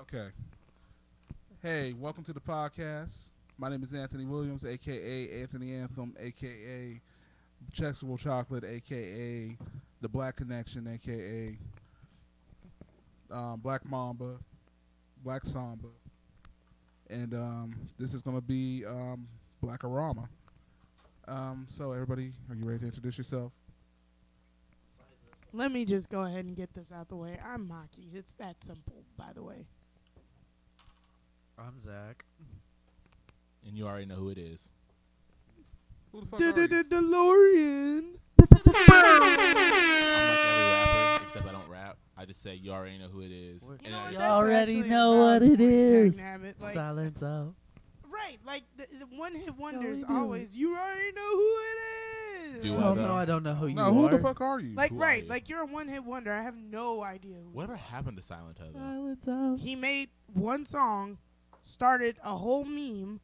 Okay. Hey, welcome to the podcast. My name is Anthony Williams, aka Anthony Anthem, aka Chexable Chocolate, aka The Black Connection, aka um, Black Mamba, Black Samba, and um, this is going to be um, Blackorama. Um, so, everybody, are you ready to introduce yourself? Let me just go ahead and get this out the way. I'm Maki. It's that simple, by the way. I'm Zach. And you already know who it is. Who Oh, the fuck are you? DeLorean. I'm like every rapper, except I don't rap. I just say you already know who it is. What? And I what? That's just- already actually a know valid what it point, dang is. damn it, Like, Silence out. right, like the, the one hit wonders we do. always. You already know who it is. Do Oh no, I though? I don't know who you no, are. who the fuck are you? Like Who are right, you? like you're a one hit wonder. I have no idea. Who Whatever happened to Silent Hill? though? Silence out. He made one song, started a whole meme,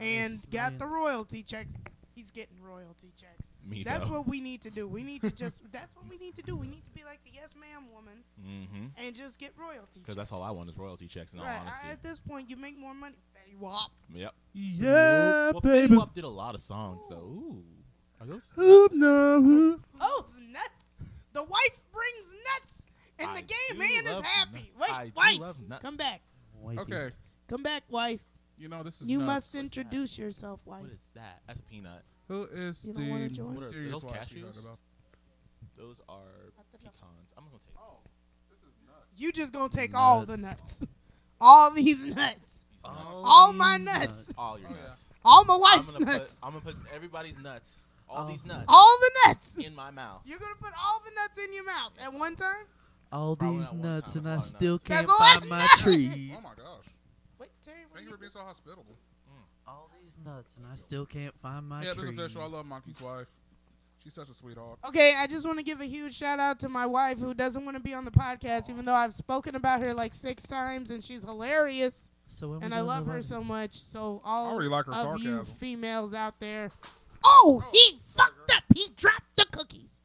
and got the royalty checks. He's getting royalty checks. Me That's what we need to do. We need to just. that's what we need to do. We need to be like the yes ma'am woman Mm-hmm. and just get royalty. Because that's all I want is royalty checks. In all Right. honesty. I, at this point, you make more money. Fetty Wap. yep. yeah, well, Fetty baby. Wap did a lot of songs though. Ooh. Are those? Whoop, nuts? no, whoop. Oh, it's nuts. The wife brings nuts, and I the gay do man is love happy. nuts. Wait, I do wife, love nuts. come back. Okay, Come back, wife. you know this is. You nuts. must What's that? introduce yourself, wife. What is that? That's a peanut. Who is You the don't wanna join? What are- mysterious those wife you cashews? talking about? Those are pecans. I'm gonna take. Oh, this is nuts. You just gonna take all the Nuts. nuts, all these nuts, These nuts. Oh. all my These nuts, nuts. All your Oh, yeah. nuts. all my I'm wife's gonna nuts, put. I'm gonna put everybody's nuts. All Oh. these nuts all the nuts. in my mouth. You're gonna put all the nuts in your mouth at one time. All Probably these not one nuts, time, and that's a I lot of still nuts. can't That's a lot find of my nuts. trees. Oh my gosh! Wait, Terry. what Thank you you for being so hospitable. All these nuts, and I still can't find my yeah, this trees. is official. I love Monkey's wife. She's such a sweetheart. Okay, I just want to give a huge shout out to my wife who doesn't want to be on the podcast, even though I've spoken about her like six times and she's hilarious so when we and I doing love the her live- so much. So I all already like her Oh, of you sarcasm. females out there, oh, he fucked up. He dropped the cookies.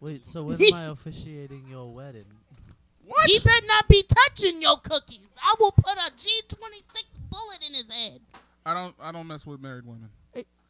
Wait, so when am I officiating your wedding? What? He better not be touching your cookies. I will put a G twenty six bullet in his head. I don't. I don't mess with married women.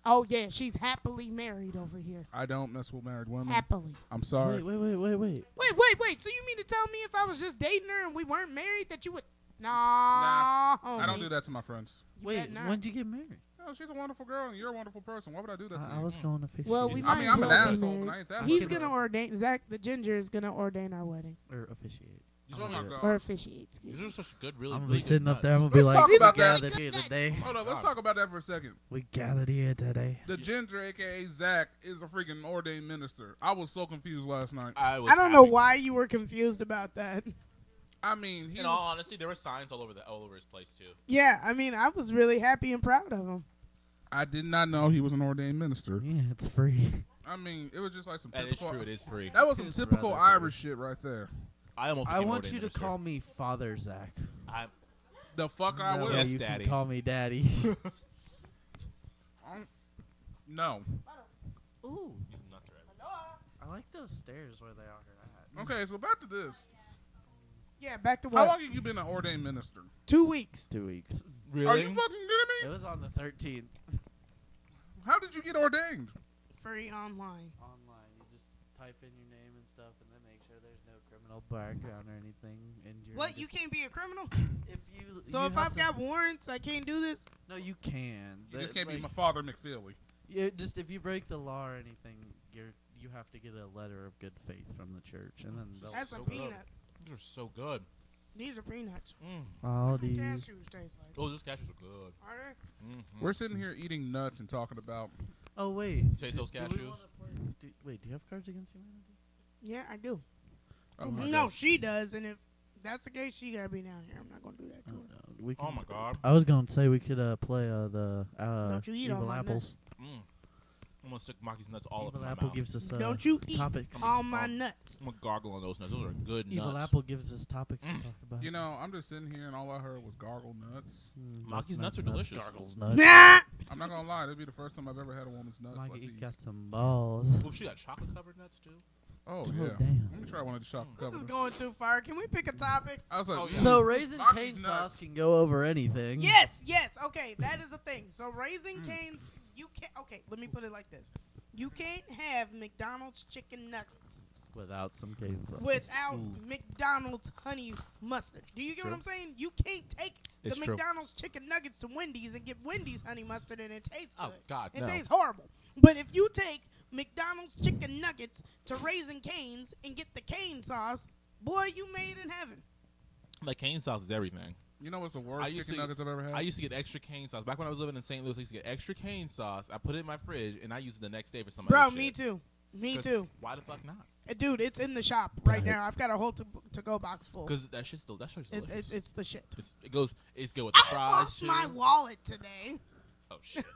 Oh yeah, she's happily married over here. I don't mess with married women. Happily. I'm sorry. Wait, wait, wait, wait, wait. Wait, wait, wait. So you mean to tell me if I was just dating her and we weren't married that you would? Nah, I don't do that to my friends. Wait, better not. when'd you get married? No, she's a wonderful girl, and you're a wonderful person. Why would I do that to I, I you? was going to fish. Well, Jeez, we I might I mean, I'm as an well Uh, be asshole, married. but I ain't that. He's much. gonna ordain. Zach, the ginger, is gonna ordain our wedding or officiate. These are Oh my my- God. or officiate. Excuse These me. are such good, really. I'm gonna really be good sitting up there. I'm nuts. gonna be Let's like, talk we about that. gathered here today. Oh my Hold up. Let's God. talk about that for a second. We gathered here today. The ginger, aka Zach, is a freaking ordained minister. I was so confused last night. I, was I don't know happy. why you were confused about that. I mean, he In all honesty, there were signs all over the all over his place too. Yeah, I mean, I was really happy and proud of him. I did not know he was an ordained minister. Yeah, it's free. I mean, it was just like some That is typical. true. It is free. That was some It's typical rather funny. Irish shit right there. I almost. I became want ordained you to minister. call me Father Zach. I'm- The fuck I That will. way Yes, you Daddy. can call me Daddy. I'm- No. Ooh, he's a nut driver. I like those stairs where they are at. Okay, so back to this. Yeah, back to How what? long have you been an ordained minister? Two weeks. Two weeks. Are Really? you fucking kidding It me? was on the 13th. How did you get ordained? Free online. Online, you just type in your name and stuff, and then make sure there's no criminal background or anything. And you're What? You can't be a criminal. If you. So you if have I've to- got warrants, I can't do this. No, you can. You The- just can't be like, my father McFeely. Yeah, just if you break the law or anything, you're you have to get a letter of good faith from the church, and then they'll. That's a so good. peanut. These are so good. These are peanuts. Mm. all What do these. cashews taste like? Oh, those cashews are good. Are they? Mhm. We're sitting here eating nuts and talking about. Oh wait, Taste do- those do we cashews? wanna play- do- wait, do you have Cards Against Humanity? Yeah, I do. Oh my no, God. she does, and if that's the case, she gotta be down here. I'm not gonna do that to Oh, her. no. we Oh can- my god. I was gonna say we could uh, play uh, the uh, Don't you eat all evil my apples. Mm. I'm gonna stick Maki's nuts all evil up my apple mouth. gives us uh, Don't you eat topics. all my nuts. I'm gonna gargle on those nuts. Those are good evil nuts. apple gives us topics to Mm. talk about. You know, I'm just sitting here and all I heard was gargle nuts. Mm, Maki's that's nuts are not- delicious. Gargles nuts. Nah. I'm not gonna lie, that'd be the first time I've ever had a woman's nuts like Maki these. got some balls. Oh, she got chocolate covered nuts too. Oh, Oh, yeah. damn. Let me try one of the chocolate This covers. is going too far. Can we pick a topic? I was like, "Mm, Oh, yeah. So raisin Rocky's cane nuts. sauce can go over Mm. anything. Yes, yes. Okay, that is a thing. So raising Mm. canes, you can't. Okay, let me put it like this: you can't have McDonald's chicken nuggets Without some cane sauce. without Ooh. McDonald's honey mustard. Do you get True. what I'm saying? You can't take the It's true. McDonald's chicken nuggets to Wendy's and get Wendy's honey mustard and it tastes Oh good. God, It no. tastes horrible. But if you take McDonald's chicken nuggets to Raisin Canes and get the cane sauce, boy, you made in heaven. Like cane sauce is everything. you know what's the worst I used chicken to- nuggets I've ever had? I used to get extra cane sauce. Back when I was living in St. Louis, I used to get extra cane sauce. I put it in my fridge and I use it the next day for some. Bro, other me shit. too. Me 'Cause too. Why the fuck not? Uh, Dude, it's in the shop right Right. now. I've got a whole to, to go box full. It, Because that shit's del- that shit's it, delicious. it's- it's the shit. It's- it goes. It's good with the I fries. lost my too. wallet today. Oh shit.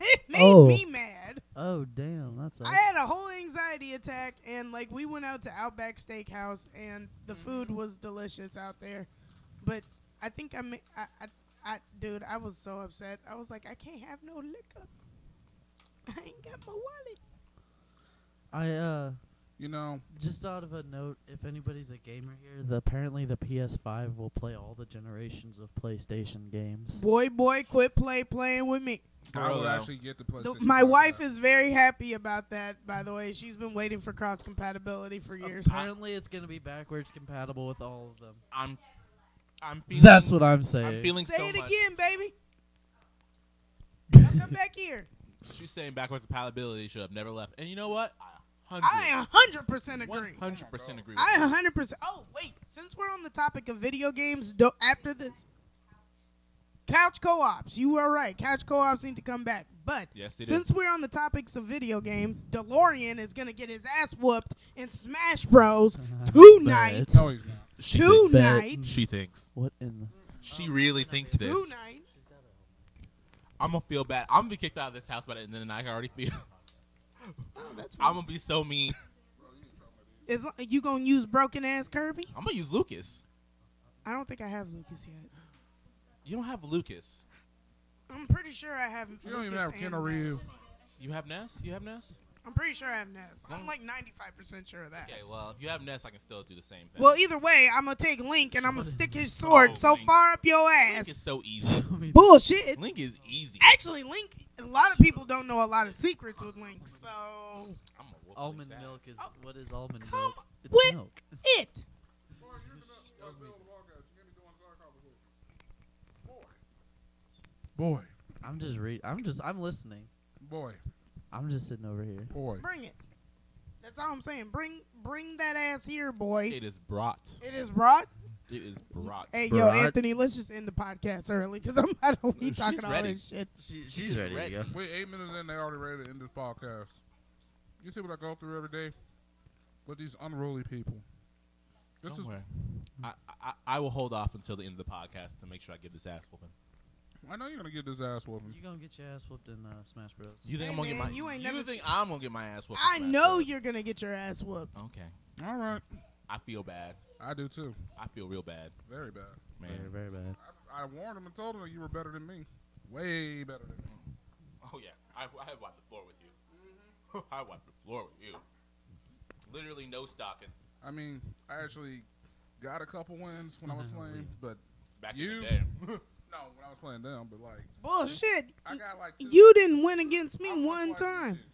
It made Oh. me mad. Oh, damn. That's a I had a whole anxiety attack, and like we went out to Outback Steakhouse, and the food was delicious out there. But I think I, ma- I, I, I dude, I was so upset. I was like, I can't have no liquor. I ain't got my wallet. I uh you know, just out of a note, if anybody's a gamer here, the, apparently the PS5 will play all the generations of PlayStation games. Boy, boy, quit play playing with me. I will Bro. actually get the PlayStation. The, my five wife back. is very happy about that. By the way, she's been waiting for cross compatibility for years. Apparently, it's gonna be backwards compatible with all of them. I'm. I'm feeling. That's what I'm saying. I'm feeling Say so it much. again, baby. Now come back here. She's saying backwards compatibility should have never left. And you know what? I I 100% agree. 100 percent agree. With I you. 100. percent Oh wait, since we're on the topic of video games, do, after this, couch co-ops. You are right. Couch co-ops need to come back. But Yes, it is. since we're on the topics of video games, DeLorean is gonna get his ass whooped in Smash Bros. tonight. No, he's not. She thinks. Tonight. She thinks. What in the? She really thinks this. Tonight. I'm gonna feel bad. I'm gonna be kicked out of this house by the end of the night. I already feel. Oh, that's I'm gonna be so mean. Is you gonna use broken ass Kirby? I'm gonna use Lucas. I don't think I have Lucas yet. You don't have Lucas. I'm pretty sure I have. You don't even Lucas have and Keanu Reeves. Ness. You have Ness. You have Ness. I'm pretty sure I have Ness. I'm Mm. like 95% sure of that. Okay. Well, if you have Ness, I can still do the same thing. Well, either way, I'm gonna take Link and I'm gonna stick his sword Oh, so Link. far up your Link is ass. so easy. Bullshit. Link is easy. Actually, Link. A lot of people don't know a lot of secrets with Link, so I'm gonna whoop almond Link's ass. milk is Oh, what is almond come milk? It's with- milk. it. Boy, I'm just read. I'm just. I'm listening. boy, I'm just sitting over here. boy. Bring it. That's all I'm saying. Bring, bring that ass here, boy. It is brought. It is brought. It is brought. Hey, yo, Brought. Anthony, let's just end the podcast early because I'm out of She's talking all ready. this shit. She, she's ready, ready. to go. Wait, eight minutes in, they already ready to end this podcast. You see what I go through every day with these unruly people. This Don't is, worry. I, I I will hold off until the end of the podcast to make sure I give this ass whooping. I know you're gonna get this ass whooping. You gonna get your ass whooped in uh, Smash Bros. You Hey, think I'm gonna man, get my? you ain't never think I'm gonna get my ass whooped? I Smash know Bros. you're gonna get your ass whooped. Okay. All right, I feel bad. I do too. I feel real bad, Very bad. man. Very, very bad. I, I warned him and told him that you were better than me. Way better than me. Oh yeah, I, I wiped the floor with you. Mm-hmm. I wiped the floor with you. Literally no stocking. I mean, I actually got a couple wins when I was playing, but Back in You- the day. no, when I was playing them, but like Bullshit. I got like two. You didn't win against I me won one twice this time. Oh.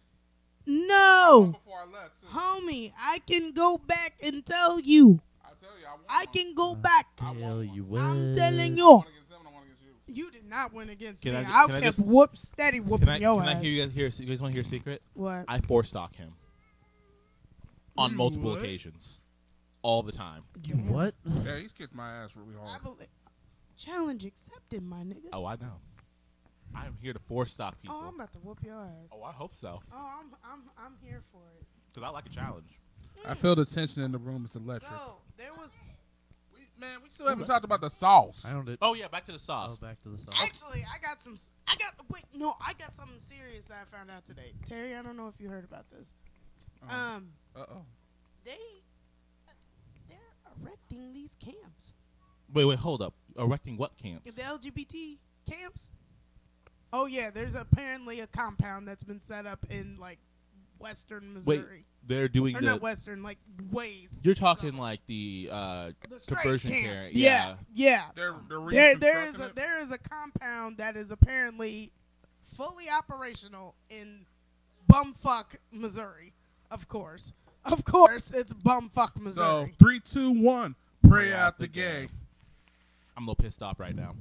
year. No. Before I left, too. Homie, I can go back and tell you. I tell you, I won. I can go back. I want Tell one. you what. I'm telling I you. won against them. and I won against you. You did not win against Can me. I- I, can I kept just- whoop steady whooping Can I, your can I ass. hear you guys hear? a se- You guys want to hear a secret? What? I four stock him on You multiple what? occasions, all the time. You what? Yeah, he's kicked my ass really I hard. believe- Challenge accepted, my nigga. Oh, Oh, I know. I am here to four stock people. I'm about to whoop your ass. Oh, oh I hope so, I'm I'm I'm here for it. because I like a challenge. I feel the tension in the room. It's electric. So uh, there was we, man, we still haven't talked about the sauce. I don't. Do- Oh yeah, back to the oh, sauce. back to the song. actually I got some s- I got wait no I got something serious that I found out today. Terry, I don't know if you heard about this. Um, Uh oh. they they're erecting these camps. Wait, wait, hold up. Erecting what camps? the LGBT camps. Oh yeah, there's apparently a compound that's been set up in like Western Missouri. they're doing Or the. not Western, like ways. you're talking So- like the uh, The straight conversion camp. care. Yeah, yeah. They're, they're There, there is a reconstructing it? there is a compound that is apparently fully operational in bumfuck Missouri. Of course, of course, it's bumfuck So Missouri. three, two, one. Pray out the gay. I'm a little pissed off right now.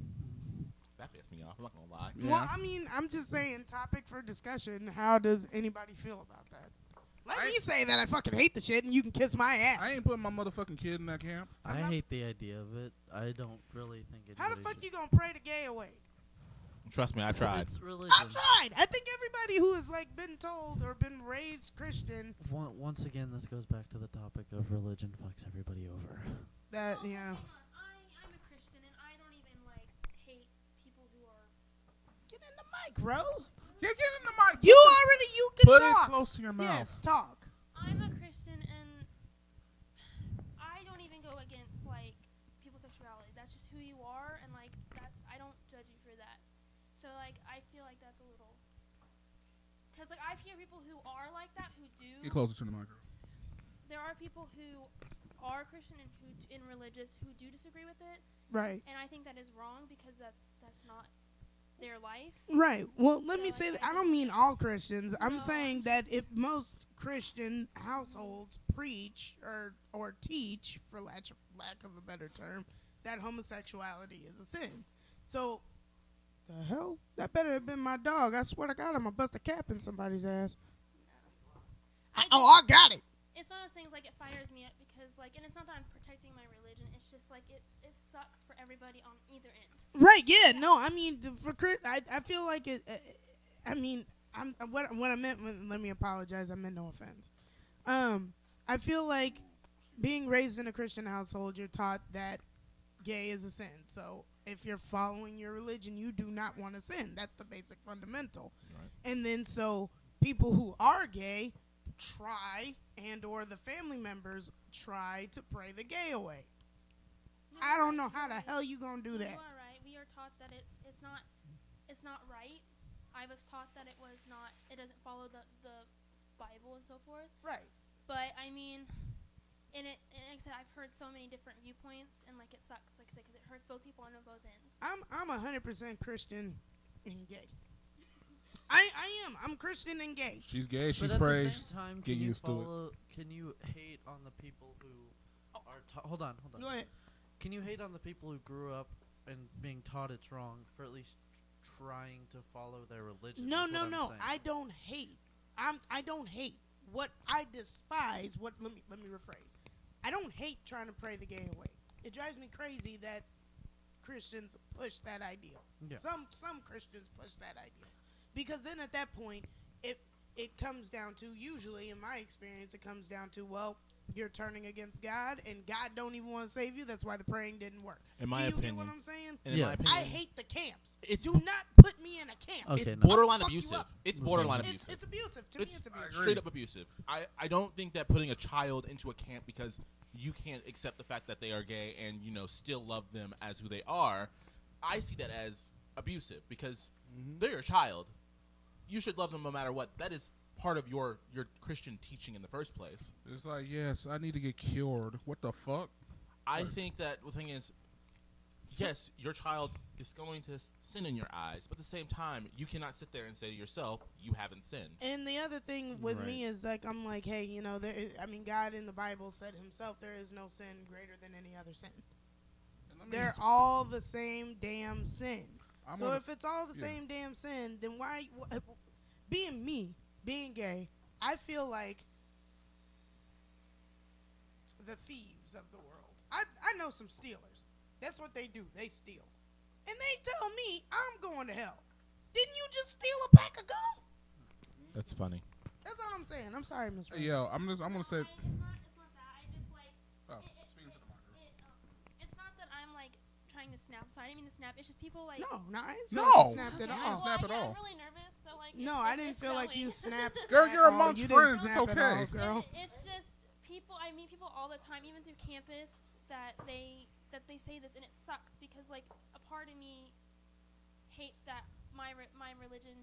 That pissed me off. I'm not gonna lie. Yeah. Well, I mean, I'm just saying, topic for discussion. How does anybody feel about that? Let I- me say that I fucking hate the shit, and you can kiss my ass. I ain't putting my motherfucking kid in that camp. I'm I not- hate the idea of it. I don't really think it. How the fuck you gonna pray the gay away? Trust me, I tried. It's religion. I tried. I think everybody who has like been told or been raised Christian Wa- Once again, this goes back to the topic of religion fucks everybody over. that Well, you know, hold on. I, I'm a Christian, and I don't even like hate people who are. get in the mic, Rose. Yeah, get in the mic. You already you can Put talk. it close to your mouth. Yes, talk. I'm a Christian, and I don't even go against like people's sexuality. That's just who you are, and like that's I don't judge you for that. So like I feel like that's a little. Cause like I hear people who are like that who do. Get closer to the mic. There are people who are Christian and who d- in religious who do disagree with it, Right. and I think that is wrong because that's that's not their life. Right. Well, let So, me say like, that I I don't don't- mean all Christians. I'm No. saying that if most Christian households preach or or teach, for lack lack of a better term, that homosexuality is a sin. So, the hell, that better have been my dog. I swear to God, I'm gonna bust a cap in somebody's ass. I oh, just- I got it. it's one of those things like it fires me up because like and it's not that I'm protecting my religion it's just like it's it sucks for everybody on either end Right. Yeah. No. I mean, the- for Chris, I, I feel like it. uh, I mean, I'm uh, what what I meant. was- Let me apologize. I meant no offense. Um, I feel like being raised in a Christian household, you're taught that gay is a sin. So if you're following your religion, you do not want to sin. That's the basic fundamental. Right. And then so people who are gay try and or the family members try to pray the gay away. No, I you're don't right, know you're how the right. hell you gonna do that. you are right we are taught that it's it's not it's not right I was taught that it was not it doesn't follow the the Bible and so forth Right. but I mean and it and like I said I've heard so many different viewpoints and like it sucks like I said because it hurts both people on both ends I'm I'm a hundred percent Christian and gay. I I am. I'm Christian and gay. She's gay. She's but at the praised. same time, Get can you used to it. follow? Can you hate on the people who are? Ta- hold on, hold on. Go ahead. Can you hate on the people who grew up and being taught it's wrong for at least trying to follow their religion? No That's no what I'm no. saying. I don't hate. I'm I don't hate. What I despise. What let me let me rephrase. I don't hate trying to pray the gay away. It drives me crazy that Christians push that idea. Yeah. Some some Christians push that idea because then at that point it it comes down to usually in my experience it comes down to well you're turning against God and God don't even want to save you. That's why the praying didn't work. In my Do you opinion, get what I'm saying? and in my Yeah. opinion, I hate the camps. It's- Do not put me in a camp. Okay, it's no. borderline Fuck you abusive. up. It's Mhm. borderline It's, abusive. it's abusive. To It's- me, it's I abusive. agree. straight up abusive. I, I don't think that putting a child into a camp because you can't accept the fact that they are gay and you know still love them as who they are, I see that as abusive because they're your child. You should love them no matter what. That is part of your your Christian teaching in the first place. It's like, yes, I need to get cured. What the fuck? I think that the thing is, yes, your child is going to sin in your eyes, but at the same time, you cannot sit there and say to yourself, "You haven't sinned." And the other thing with me is like I'm like, hey, you know, there is, I mean, God in the Bible said Himself, there is no sin greater than any other sin. They're all the same damn sin. I'm so gonna- if it's all the yeah. same damn sin, then why? wh- uh, Being me, being gay, I feel like the thieves of the world. I I know some stealers. That's what they do. They steal, and they tell me I'm going to hell. Didn't you just steal a pack of gum? That's funny. That's all I'm saying. I'm sorry, Miss. Hey, yo, I'm just, I'm gonna say. No, I, it's not it's not that I just like Oh, It- it- speaking to the mic. it- it, um, It's not that I'm like trying to snap. Sorry, I didn't mean to snap. It's just people like. No, no, I didn't No. feel like you snapped at You Okay, didn't all. snap at well, yeah, all. I'm really nervous, so like. No, it's- I it's didn't just feel like you showing. snapped. Girl, at you're all. amongst You didn't friends. It's snap at all, okay. girl. It- It's just people. I meet people all the time, even through campus, that they that they say this, and it sucks because like a part of me hates that my re- my religion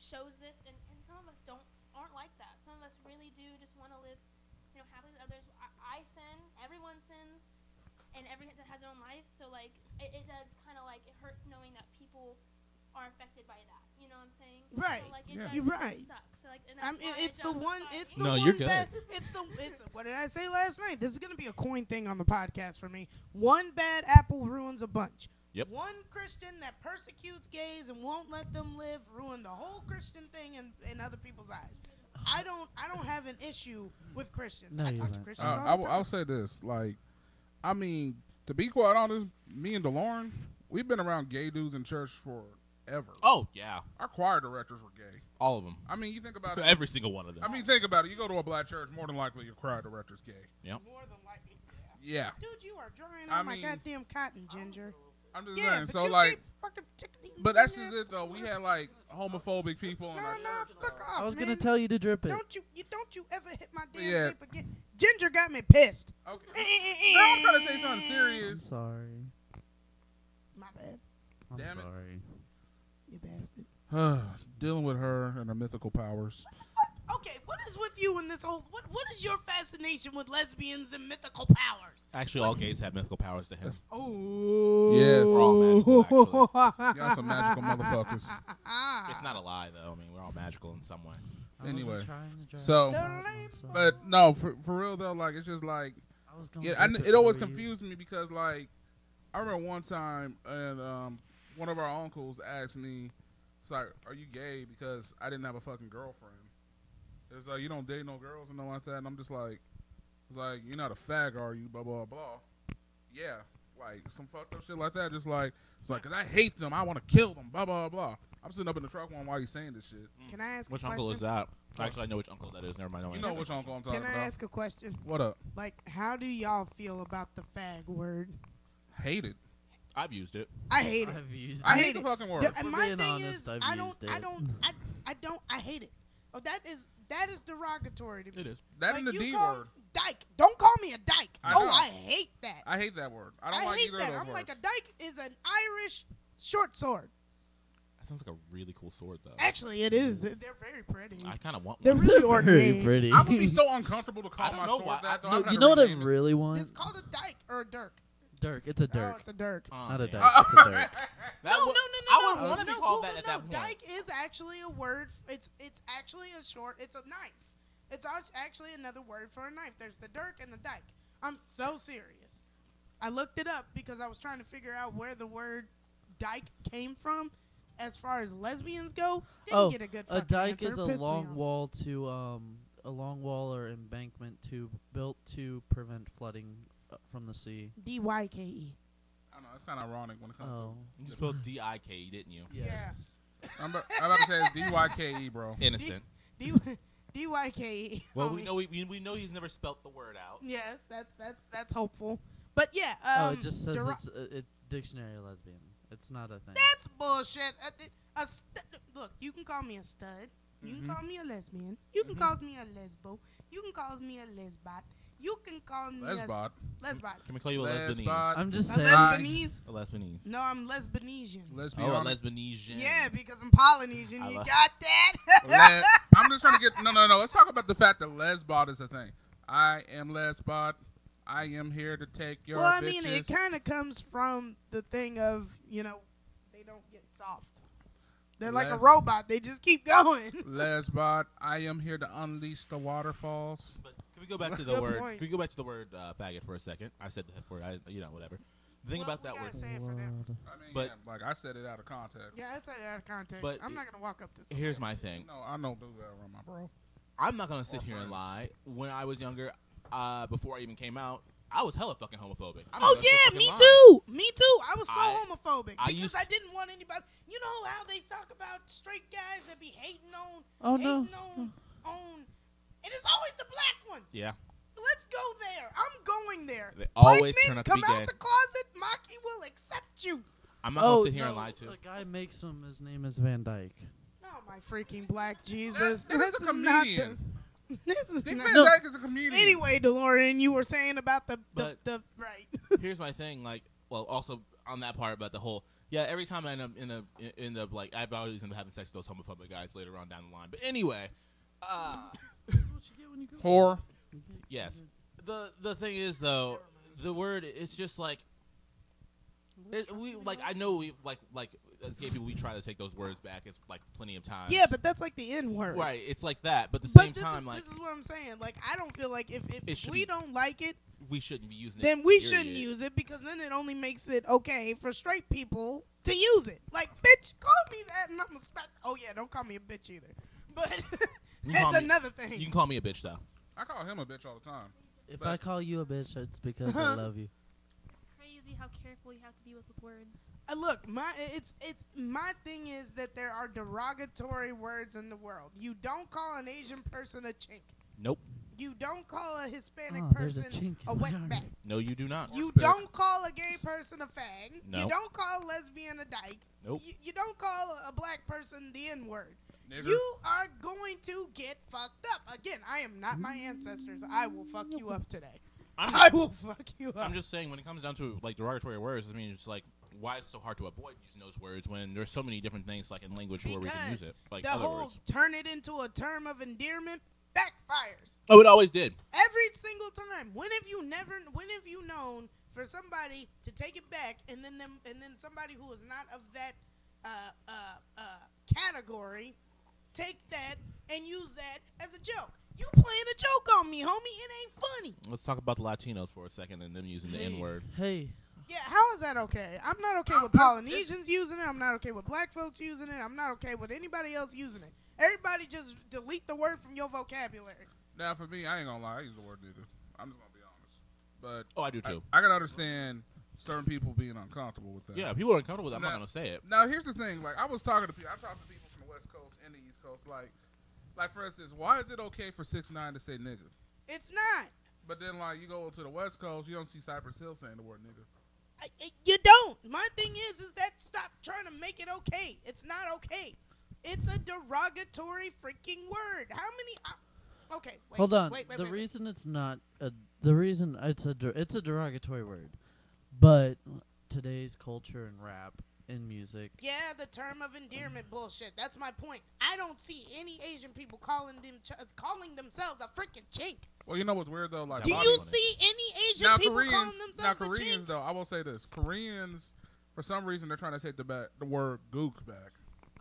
shows this, and, and some of us don't aren't like that. Some of us really do just want to live, you know, happily with others. I, I sin, everyone sins, and everyone has their own life. So like, it, it does kind of like it hurts knowing that people are affected by that. You know what I'm saying? Right. So, like, it Yeah. does, You're right. It sucks. So like, and I'm, that's why it's it the does one. suck. It's the No, one you're bad. It's the. It's what did I say last night? This is gonna be a coin thing on the podcast for me. One bad apple ruins a bunch. Yep. One Christian that persecutes gays and won't let them live ruined the whole Christian thing in, in other people's eyes. I don't. I don't have an issue with Christians. No, I you talk to don't. Christians Uh, I, all I, the will, time. I'll say this, like, I mean, to be quite honest, me and DeLorean, we've been around gay dudes in church forever. Oh yeah, Our choir directors were gay. all of them. I mean, you think about it. Every single one of them. I mean, think about it. You go to a black church, more than likely your choir director's gay. More than likely. Yeah, yeah. Dude, you are drying I out my mean- goddamn cotton, Ginger. I'm just Yeah, saying. but So you like, keep fucking kicking these but that's goddamn just it though. We had words. like homophobic people in No, our no, church. fuck off, I was man. gonna tell you to drip it. Don't you, you don't you ever hit my damn Yeah. lip again? Ginger got me pissed. Eh. Okay. Girl, I'm trying to say something I'm serious. sorry. My bad, I'm Damn it. sorry. you bastard. Dealing with her and her mythical powers. Okay, what is with you and this whole? What what is your fascination with lesbians and mythical powers? Actually, all gays have mythical powers to him. Oh, Yes. We're all magical, Y'all some magical motherfuckers. Ah. It's not a lie though. I mean, we're all magical in some way. I wasn't Anyway, trying to drip so- it, I'm sorry. But no, for, for real though, like it's just like I was gonna yeah, I, drip kn- it always for you. confused me because like I remember one time and um, one of our uncles asked me, "It's like, are you gay?" Because I didn't have a fucking girlfriend. It was like you don't date no girls and nothing like that, and I'm just like, it's like you're not a fag, are you? Blah blah blah. Yeah, like some fucked up shit like that. Just like it's like, 'cause I hate them, I want to kill them. Blah blah blah. I'm sitting up in the truck one while he's saying this shit. Can I ask Which a question? uncle is that? Actually, I know which uncle that is. Never mind. I don't You wanna know say which that. uncle I'm talking Can I about? ask a question? what up? Like, how do y'all feel about the fag word? Hate it. I've used it. I hate it. I've used I it. hate, hate the it. fucking word. D- and we're my being thing honest, is, I've I don't, used I it. don't, I, I don't, I hate it. Oh, that is that is derogatory to me. It is. that like and the you D call word. Dyke. Don't call me a dyke. I oh, know. I hate that. I hate that word. I don't like hate either that. of those I'm words. like a dyke is an Irish short sword. That sounds like a really cool sword though. Actually, it is. They're very pretty. I kind of want They're one. really Very ornate. pretty. I would be so uncomfortable to I call don't my know sword why. I- that. Though. No, I'm gonna you know what I rename it. really want? It's called a dyke or a dirk. Dirk. It's a Oh, Dirk. it's a dirk. Oh, Not a man. dyke. It's a Dirk. That no, would- no, no, no. I wouldn't no, want to no, be called Google, that at no. that point. Dyke is actually a word. It's it's actually a short. It's a knife. It's act- actually another word for a knife. There's the dirk and the dyke. I'm so serious. I looked it up because I was trying to figure out where the word dyke came from. As far as lesbians go, didn't Oh, get a good. A fucking dike answer. is a Pissed me long off. wall to um a long wall or embankment to built to prevent flooding uh, from the sea. D Y K E. I don't know. It's kind of ironic when it comes Oh You spelled D I K, didn't you? yes. to. I'm about, I'm about to say it's D Y K E, bro. Innocent. D D Y K E. Well, we know we, we know he's never spelt the word out. Yes, that's that's that's hopeful. But yeah. Um, Oh, it just says deri- it's a, it dictionary lesbian. It's not a thing. That's bullshit. A, th- a st- look, you can call me a stud. You Mhm. can call me a lesbian. You can Mhm. call me a lesbo. You can call me a lesbot. You can call me Lesbot. a s- lesbot. Can we call you a Lesbot. lesbianese? I'm just A saying. Lesbian. lesbianese? A lesbianese. No, I'm lesbianesian. Let's be Oh, a honest. lesbianesian. Yeah, because I'm Polynesian. I You love- got that? Le- I'm just trying to get. No, no, no. Let's talk about the fact that lesbot is a thing. I am lesbot. I am here to take your well, I bitches. mean, it kind of comes from the thing of, you know, they don't get soft. They're like a Les- robot. They just keep going. lesbot. I am here to unleash the waterfalls. But can we go back to the Good word? point. Can we go back to the word uh, faggot for a second? I said the word. I, you know, whatever. The thing Well, about we that gotta word. say it for them. World. I mean, But- yeah, like I said it out of context. Yeah, that's out of context. But I'm not going to walk up to someone. Here's my thing. No, I don't do that around my bro. I'm not gonna sit Or here and friends. lie. When I was younger, uh, before I even came out, I was hella fucking homophobic. I'm not Oh gonna sit yeah, fucking me lie. too. Me too. I was so I- homophobic I because used- I didn't want anybody. You know how they talk about straight guys that be hating on, Oh no. hating on, on, and it's always the black ones. Yeah, Let's go there. I'm going there. they always black turn men out to be come out gay. the closet. Maki will accept you. I'm not oh gonna sit here no, and lie to. The guy makes him. His name is Van Dyke. Oh my freaking black Jesus! That- that this is a is not the. comedian. This is Dick not. Van No. Dyke is a comedian. Anyway, DeLorean, you were saying about the the, But- the right. Here's my thing. Like, well, also on that part about the whole. Yeah, every time I end up in a in- end up like I've always end up having sex with those homophobic guys later on down the line. But anyway, Uh, what you get when you go. Whore. You get- you Yes. get- the the thing is though, the word it's just like it, we like I know we like like as gay people we try to take those words back. It's like plenty of times. Yeah, but that's like the N word. right, it's like that. But at the But same this, time, is, like this is what I'm saying. Like, I don't feel like if, It if should we be- don't like it, we shouldn't be using it. then we shouldn't period. use it because then it only makes it okay for straight people to use it. Like, bitch, call me that and I'm gonna smack. Oh yeah, don't call me a bitch either. But You can call that's me- another thing. You can call me a bitch though. I call him a bitch all the time. If I call you a bitch, it's because I love you. It's crazy how careful you have to be with with words. Uh, look, my it's it's my thing is that there are derogatory words in the world. You don't call an Asian person a chink. Nope. You don't call a Hispanic Oh, there's a chink person a, in my wetback. armor. No, you do not. You spit. don't call a gay person a fag. You Nope. don't call a lesbian a dyke. Nope. You, you don't call a, a black person the N word. Nigger. You are going to get fucked up. Again, I am not my ancestors. I will fuck you up today. I'm I will fuck you up. I'm just saying, when it comes down to like derogatory words, I mean, it's like why is it so hard to avoid using those words when there's so many different things like in language where we can use Because it, like the other whole words. turn it into a term of endearment backfires Oh, it always did. every single time. When have you never? When have you known for somebody to take it back and then them and then somebody who is not of that uh, uh, uh, category take that and use that as a joke? You playing a joke on me, homie? It ain't funny. Let's talk about the Latinos for a second and them using the Hey, N word. Hey, Yeah, how is that okay? I'm not okay with Polynesians using it. I'm not okay with black folks using it. I'm not okay with anybody else using it. Everybody just delete the word from your vocabulary. Now, for me, I ain't gonna lie. I use the word nigga. I'm just gonna be honest. But Oh, I do I- too. I, gotta understand certain people being uncomfortable with that. yeah, people are uncomfortable. with it. I'm not Nah. gonna say it. Now here's the thing. Like I was talking to people. I talked to people from the West Coast and the East Coast. Like, like for instance, why is it okay for six nine to say nigga? It's not. But then like you go to the West Coast, you don't see Cypress Hill saying the word nigga. I, I, you don't. My thing is, is that stop trying to make it okay. It's not okay. It's a derogatory freaking word. How many? I, okay, wait, hold on. Wait, wait, the wait, wait. reason it's not a, the reason it's a der- it's a derogatory word, but today's culture and rap and music. Yeah, the term of endearment bullshit. That's my point. I don't see any Asian people calling them ch- calling themselves a freaking chink. Well, you know what's weird though. Like Do Bobby- you see any Asian now people Koreans, calling now themselves a Koreans chink? though. I will say this: Koreans, for some reason, they're trying to take the back, the word gook back.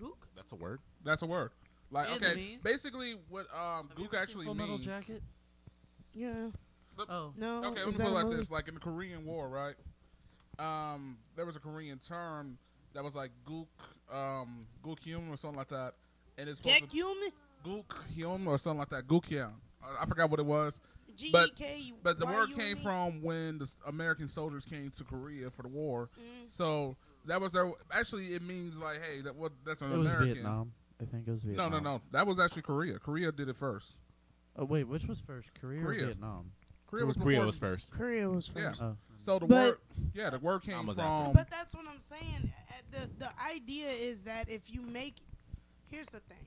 Gook. That's a word. That's a word. Like Yeah, it okay, means- basically what um, Have you gook ever seen actually Full means. Metal Jacket? Yeah. Oh, No. Okay, let's put is that it a like movie? this: like in the Korean War, right? Um, there was a Korean term that was like gook, um, gook-hyun or something like that, and it's supposed Gek to Yumin? gook-hyun or something like that. Gook-hyun. I, I forgot what it was, G-E-K-U- but the word Y-U-M-E? came from when the s- American soldiers came to Korea for the war. Mm. So that was their. Actually, it means like, hey, that what? That's an it was American. Vietnam. I think it was No, Vietnam. no, no. That was actually Korea. Korea did it first. Oh wait, which was first, Korea, Korea. or Vietnam? Korea was Korea before- was first. Korea was Yeah. first. Oh, So the But- word, yeah, the word came Nam was from. after. But that's what I'm saying. Uh, The the idea is that if you make here's the thing.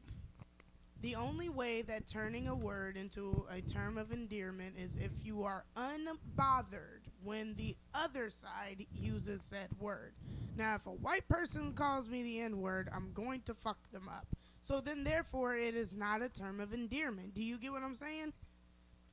The only way that turning a word into a term of endearment is if you are unbothered when the other side uses said word. Now, if a white person calls me the N word, I'm going to fuck them up. So then, therefore, it is not a term of endearment. Do you get what I'm saying?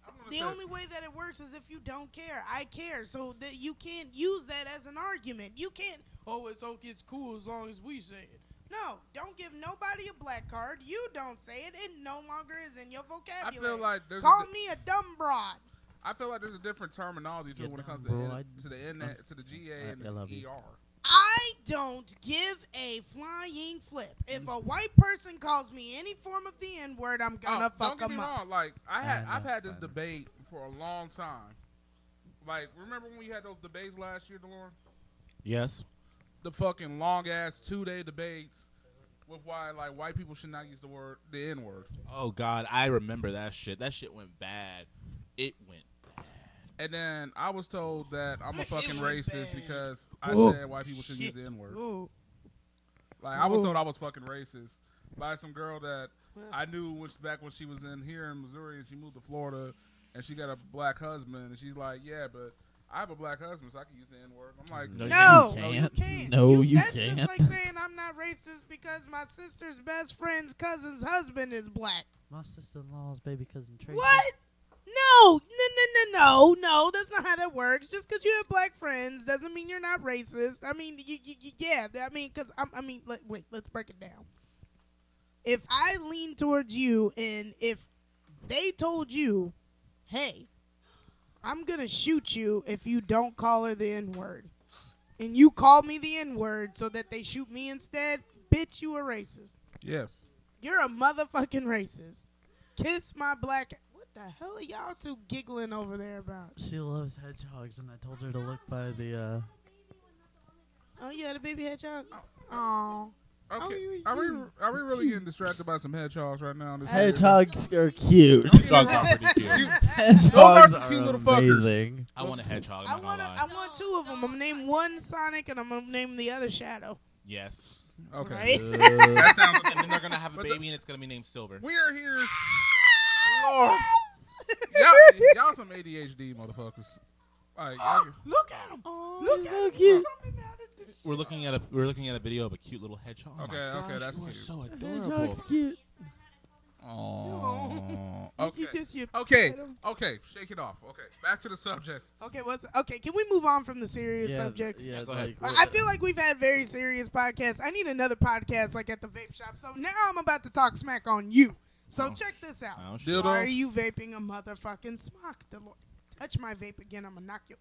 I'm gonna The say- only way that it works is if you don't care. I care, so that you can't use that as an argument. You can't. Oh, it's okay. It's cool as long as we say it. No, don't give nobody a black card. You don't say it. It no longer is in your I vocabulary. feel like there's. a Call di- me a dumb broad. I feel like there's a different terminology to it Get when it down, comes to, bro. N- I- to the N I'm- to the GA I- and I love the you. ER. I don't give a flying flip. If a white person calls me any form of the N word, I'm Oh, gonna don't fuck get them me up. wrong. Like I had, I I've know, had this I know. debate for a long time. Like remember when we had those debates last year, Delora? Yes. The fucking long ass two day debates with why like white people should not use the word the N word, Oh God, I remember that shit. That shit went bad. It went. and then I was told that I'm a It fucking was racist bad. because I Whoa. said white people shouldn't use the N word. Ooh. Like I was Whoa. told I was fucking racist by some girl that I knew was back when she was in here in Missouri and she moved to Florida and she got a black husband and she's like, yeah, but I have a black husband so I can use the N word. I'm like, Oh, No, you No, can't. no, you can't. No, you that's just can't. like saying I'm not racist because my sister's best friend's cousin's husband is black. My sister-in-law's baby cousin Tracy. What? No, no, no, no, no, no. That's not how that works. Just because you have black friends doesn't mean you're not racist. I mean, you, you, you yeah. I mean, because I mean, let, wait, let's break it down. If I lean towards you, and if they told you, "Hey, I'm gonna shoot you if you don't call her the N word," and you call me the N word so that they shoot me instead, bitch, you a racist. Yes. You're a motherfucking racist. Kiss my black. What the hell are y'all two giggling over there about? She loves hedgehogs, and I told her to look by the. uh Oh, you had a baby hedgehog. Oh, Oh, Okay. you- Are we you- are we really getting distracted by some hedgehogs right now? on This series? Hedgehogs are cute. Hedgehogs are pretty You- cute. Hedgehogs some are cute little fuckers. amazing. I want a hedgehog. I I'm not want gonna I lie. want two of them. I'm gonna name one Sonic and I'm gonna name the other Shadow. Yes. Okay. Right? Uh, That sounds. and then they're gonna have a But the- baby, and it's gonna be named Silver. We are here. Lord. Ah! Y'all, y'all some ADHD motherfuckers. Like, y'all get- Look at him. he's Look so at him cute. coming out of the We're looking at a we're looking at a video of a cute little hedgehog. Oh my Okay, okay, gosh, that's you are cute. so adorable. hedgehogs cute. Aw. You- okay. You just you Okay, at him. okay, shake it off. Okay, back to the subject. Okay, what's okay? Can we move on from the serious Yeah, subjects? Yeah, Go ahead. like, I I what- feel like we've had very serious podcasts. I need another podcast like at the vape shop. So now I'm about to talk smack on you. So Oh. check this out. Oh, Dildo. shit. Why are you vaping a motherfucking smock? The Lord, touch my vape again, I'm gonna knock you.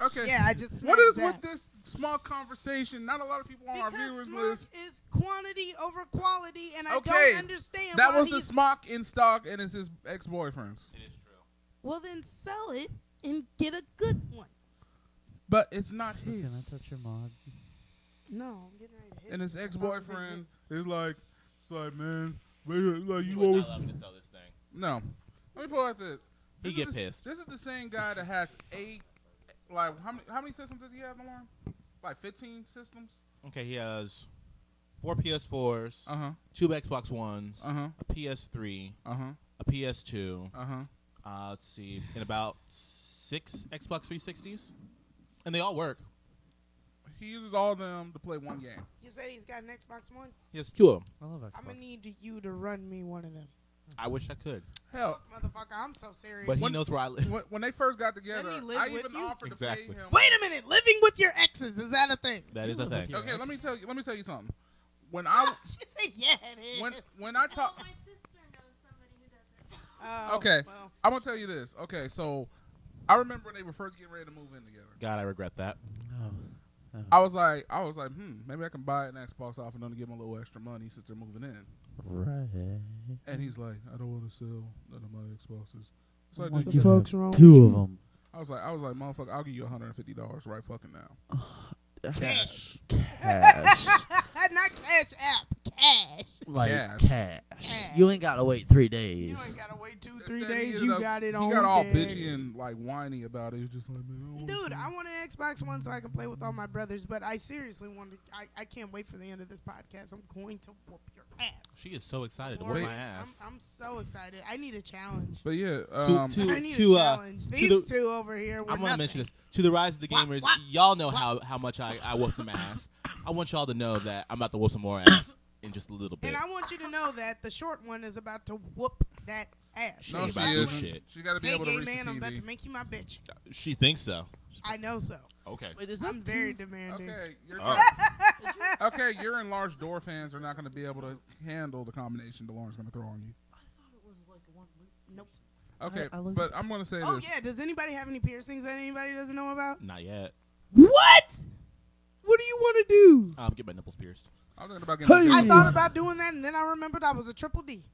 Okay. Yeah, I just What smacked is that. with this small conversation? Not a lot of people on Because our viewers smock list. is quantity over quality, and I Okay, don't understand. That why was the he's- smock in stock, and it's his ex boyfriend's. It is true. well, then sell it and get a good one. But it's not Look, Can his. I touch your mod? No, I'm getting ready to hit And his you. ex That's all I'm boyfriend thinking. is like, it's like, man, wait, like you would always. not allow me to sell this thing. No. Let me pull out the. He this is get the- pissed. This is the same guy that has eight. Like how many? How many systems does he have, Lauren? Like fifteen systems. Okay, he has four PS4s, Uh huh. two Xbox Ones, Uh huh. a PS3, Uh huh. a PS2. Uh huh. Uh, let's see, and about six Xbox 360s, and they all work. He uses all of them to play one game. You said he's got an Xbox One. He has two of them. I love Xbox. I'm gonna need you to run me one of them. I wish I could, Hell, Look, motherfucker, I'm so serious. but he When- knows where I live. when, when they first got together, Let me live I with even you. offered to Exactly. pay him. Wait a minute, living with your exes is that a thing? That You is a live with thing. your Okay, let me ex? tell you. Let me tell you something. When I she said, "Yeah, it is." when when I talk, my sister knows somebody who does it. Oh, Okay. well, I'm gonna tell you this. Okay, so I remember when they were first getting ready to move in together. God, I regret that. No. no. I was like, I was like, hmm, maybe I can buy an Xbox off and then give them a little extra money since they're moving in. Right. And he's like, I don't want to sell none of my Xboxes. So I, Why did- do you folks have wrong with Two you? of them. I was like, I was like, motherfucker, I'll give you 150 dollars right fucking now. Cash. Cash. not cash app, cash. like Cash. cash. You ain't gotta wait three days. You ain't gotta wait two, This three nigga days. ended You up- got it he on. got all deck. bitchy and like whiny about it. He was just like, man, I don't wanna Dude, sell I want an Xbox One so I can play with all my brothers, but I seriously want to. I, I can't wait for the end of this podcast. I'm going to whoop your ass. She is so excited to Or- whip my I'm, ass. I'm so excited. I need a challenge. But yeah, um, to- I need to, a uh, challenge. to These the- two over here. Were I'm going gonna to mention this to the rise of the Wah, gamers. wah, y'all know how, how much I I whoop some ass. I want y'all to know that I'm about to whoop some more ass in just a little bit. And I want you to know that the short one is about to whoop that ass. no, she ain't about is. this shit. She got to be Hey, able to gay reach man, the I'm about to TV. make you my bitch. She thinks so. I know so. Okay. Wait, is I'm that very two? demanding. Okay, you're Oh. All okay. Your enlarged door fans are not going to be able to handle the combination DeLorean's going to throw on you. I thought it was like one loop. Nope. Okay, I love but I'm going to say Oh this. yeah. Does anybody have any piercings that anybody doesn't know about? Not yet. What? What do you want to do? Um, get my nipples pierced. I'm thinking about getting. a Hey! I job. thought about doing that, and then I remembered I was a triple D.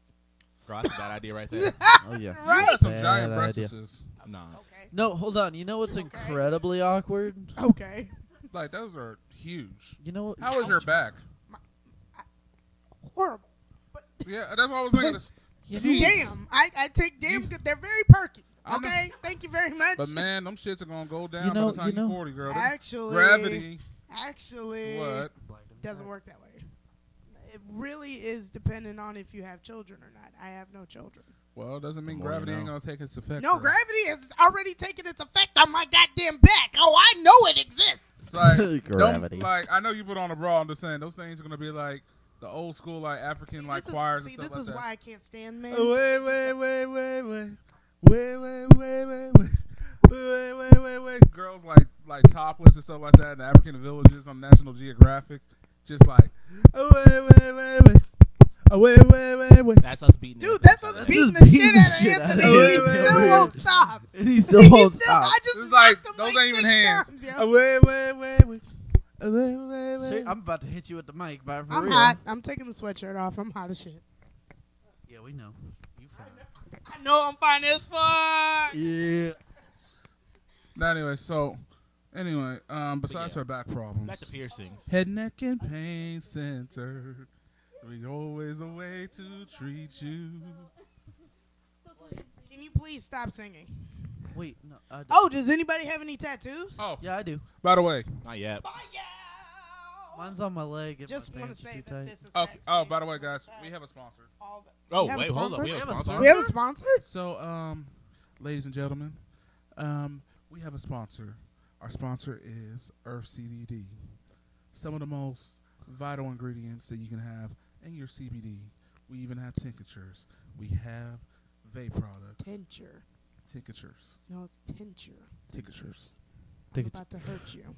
Girl, that's a bad idea right there. Oh yeah. You Right? got some Bad giant breasts. idea. sis. I'm not. Okay. No, hold on. You know what's Okay. incredibly awkward? Okay. Like those are huge. You know what? How is your back? Horrible. Yeah, that's what I was thinking. This- You know- Jeez. Damn. I, I take damn good. They're very perky. I'm Okay. Thank you very much. But man, them shits are gonna go down You know- by the time you you are know- 40, girl. That actually, eh. gravity, Actually, what? doesn't work that way. It really is dependent on if you have children or not. I have no children. Well, it doesn't mean The more you gravity ain't know. gonna take its effect. No, girl. gravity has already taken its effect on my goddamn back. Oh, I know it exists. It's like, don't- Gravity. like I know you put on a bra. I'm just saying those things are gonna be like the old school like African like this is- choirs See, and this stuff is like why that. I can't stand men. Wait, Just wait, that- wait, wait, wait, wait, wait, wait, wait, wait. Wait, wait, wait, wait. Girls like like topless and stuff like that in African villages on National Geographic, just like, oh wait, wait, wait, wait, oh wait, wait, wait, wait. That's us beating. Dude, it. that's us That's beating us the beating shit the out of shit out Anthony. of He him. still won't stop. And he He still still, holds I just This is like- knocked him those like ain't even six hands. times, yo. Oh wait, wait, wait, wait. Oh wait, wait, wait. Sir, I'm about to hit you with the mic, but for I'm real. hot. I'm taking the sweatshirt off. I'm hot as shit. Yeah, we know. You fine. I know I'm fine as fuck. Yeah. Now, anyway, so anyway, um, besides yeah. her back problems, Back to piercings. head, neck, and pain center. We always a way to treat you. Still doing it. Can you please stop singing? Wait, no. I do. Oh, does anybody have any tattoos? Oh, Yeah, I do. by the way, Not yet. Fire! Mine's on my leg. and my Just want to pants are say too that tight. this is. okay. Oh, actually by the way, guys, we have a sponsor. all the- Oh We have a wait, hold up. sponsor? We have a sponsor. We have a sponsor. So, um, ladies and gentlemen, um, we have a sponsor. Our sponsor is Earth CBD. Some of the most vital ingredients that you can have in your CBD. We even have tinctures. We have vape products. Tincture. Tinctures. No, it's tincture. Tinctures. I'm Take it. about to hurt you.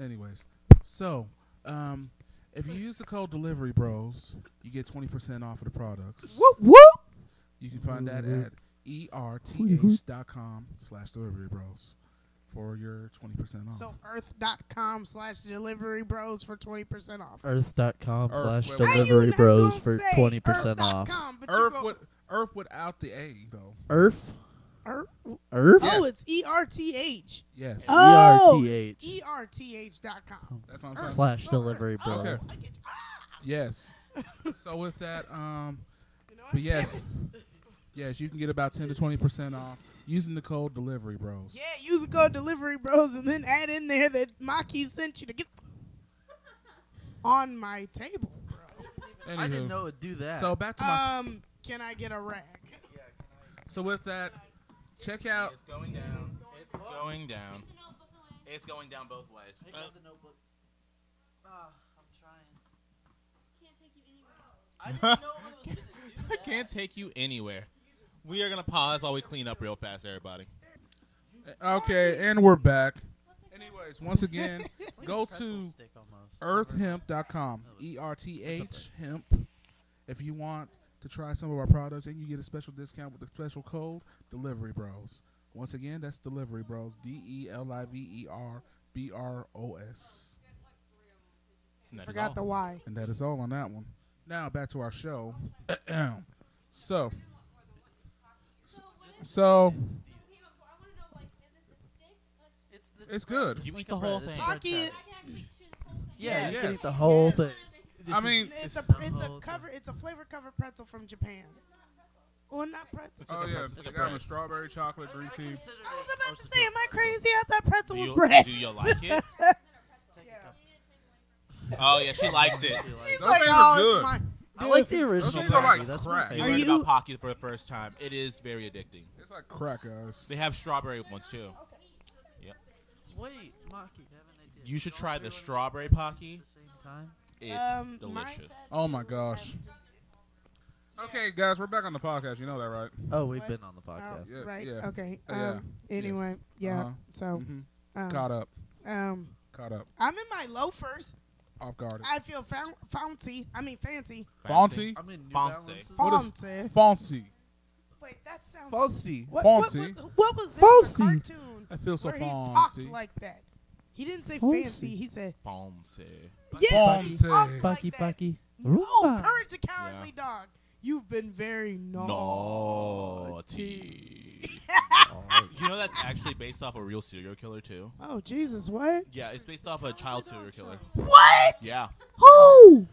Anyways, so um, if you use the code Delivery Bros, you get twenty percent off of the products. Whoop whoop. You can find that at E erth.com slash delivery bros for your 20% off. So earth.com slash delivery bros for 20% off. Earth.com Earth, slash wait, wait. How you delivery not bros gonna for say 20% off. earth.com, but you Earth, go- with, Earth without the A, though. Earth? Earth? Earth? Yeah. Oh, it's E-R-T-H. Yes. E Oh, E ERTH. E-R-T-H dot com. That's what I'm Earth. saying. Slash So delivery Earth. Oh, bro. I get you. Ah! Yes. so with that, um, You know what? but yes. Yes, you can get about 10 to 20% off using the code delivery bros. Yeah, use the code delivery bros and then add in there that Maki sent you to get on my table, bro. Anywho, I didn't know it would do that. So back to my. Um, can I get a rag? so with that, check out. It's going down. It's going down. It's an old book away. It's going down both ways. Pick Uh, up the notebook. Ah, I'm trying. Can't take you anywhere. I didn't know I was gonna do I that. can't take you anywhere. We are gonna pause while we clean up real fast, everybody. Okay, and we're back. What's it called? Anyways, once again, It's like a go pretzel to stick almost. earthhemp.com e-r-t-h hemp if you want to try some of our products and you get a special discount with the special code delivery bros once again that's delivery bros E d-e-l-i-v-e-r-b-r-o-s And that is Forgot all. the Y. and that is all on that one now back to our show so So what is so He was- I want to know, like, is it the stick? Like, It's, the It's good. You like eat a the whole bread- it's thing. a bread Aki- patty. I can actually chew this whole thing. Yeah, you Yes. can eat the whole Yes. thing. i mean It's a it's a cover it's a flavor covered pretzel from Japan. Well, not pretzel. It's oh like a yeah bread- it's like a they got 'em bread. in strawberry chocolate green I tea consider I was it about to It's say, am I a- crazy? I thought pretzel do was you, bread. do you like it? take a Yeah. couple. Oh yeah, she likes it. She likes She's it. Those like, things are oh, good. it's mine. I like Dude, the original things are Rocky. like That's crack. my You Are favorite. learned you- about Pocky for the first time. It is very addicting. it's like crack guys They have strawberry ones too. Wait, Maki, I have an idea. You should Don't try the everyone strawberry at Pocky. the same time. It's Um, my delicious. tattoo oh my gosh okay guys we're back on the podcast you know that right Oh, we've What? been on the Oh, podcast. Yeah, right. yeah. Okay. Uh, yeah. Um, Anyway, yeah. Uh-huh. So, hmm um, caught up um, caught up I'm in my loafers. off guard I feel foun- fancy. I mean, fancy. Fauncy. I'm in New Fonse. Balances. What is- Fancy. Fancy. Wait, that sounds. Fonse. What, Fancy. What was, what was that was a Fancy. cartoon I feel so where he fancy. talked like that? He didn't say Fancy. fancy. He said Fonse. yeah. Fancy. he talked like Bucky, that. Bucky. No, Roomba. courage the cowardly dog. You've been very naughty. Naughty. you know that's actually based off a real serial killer too. Oh Jesus! What? Yeah, it's based off a child serial killer. What? Yeah. Who?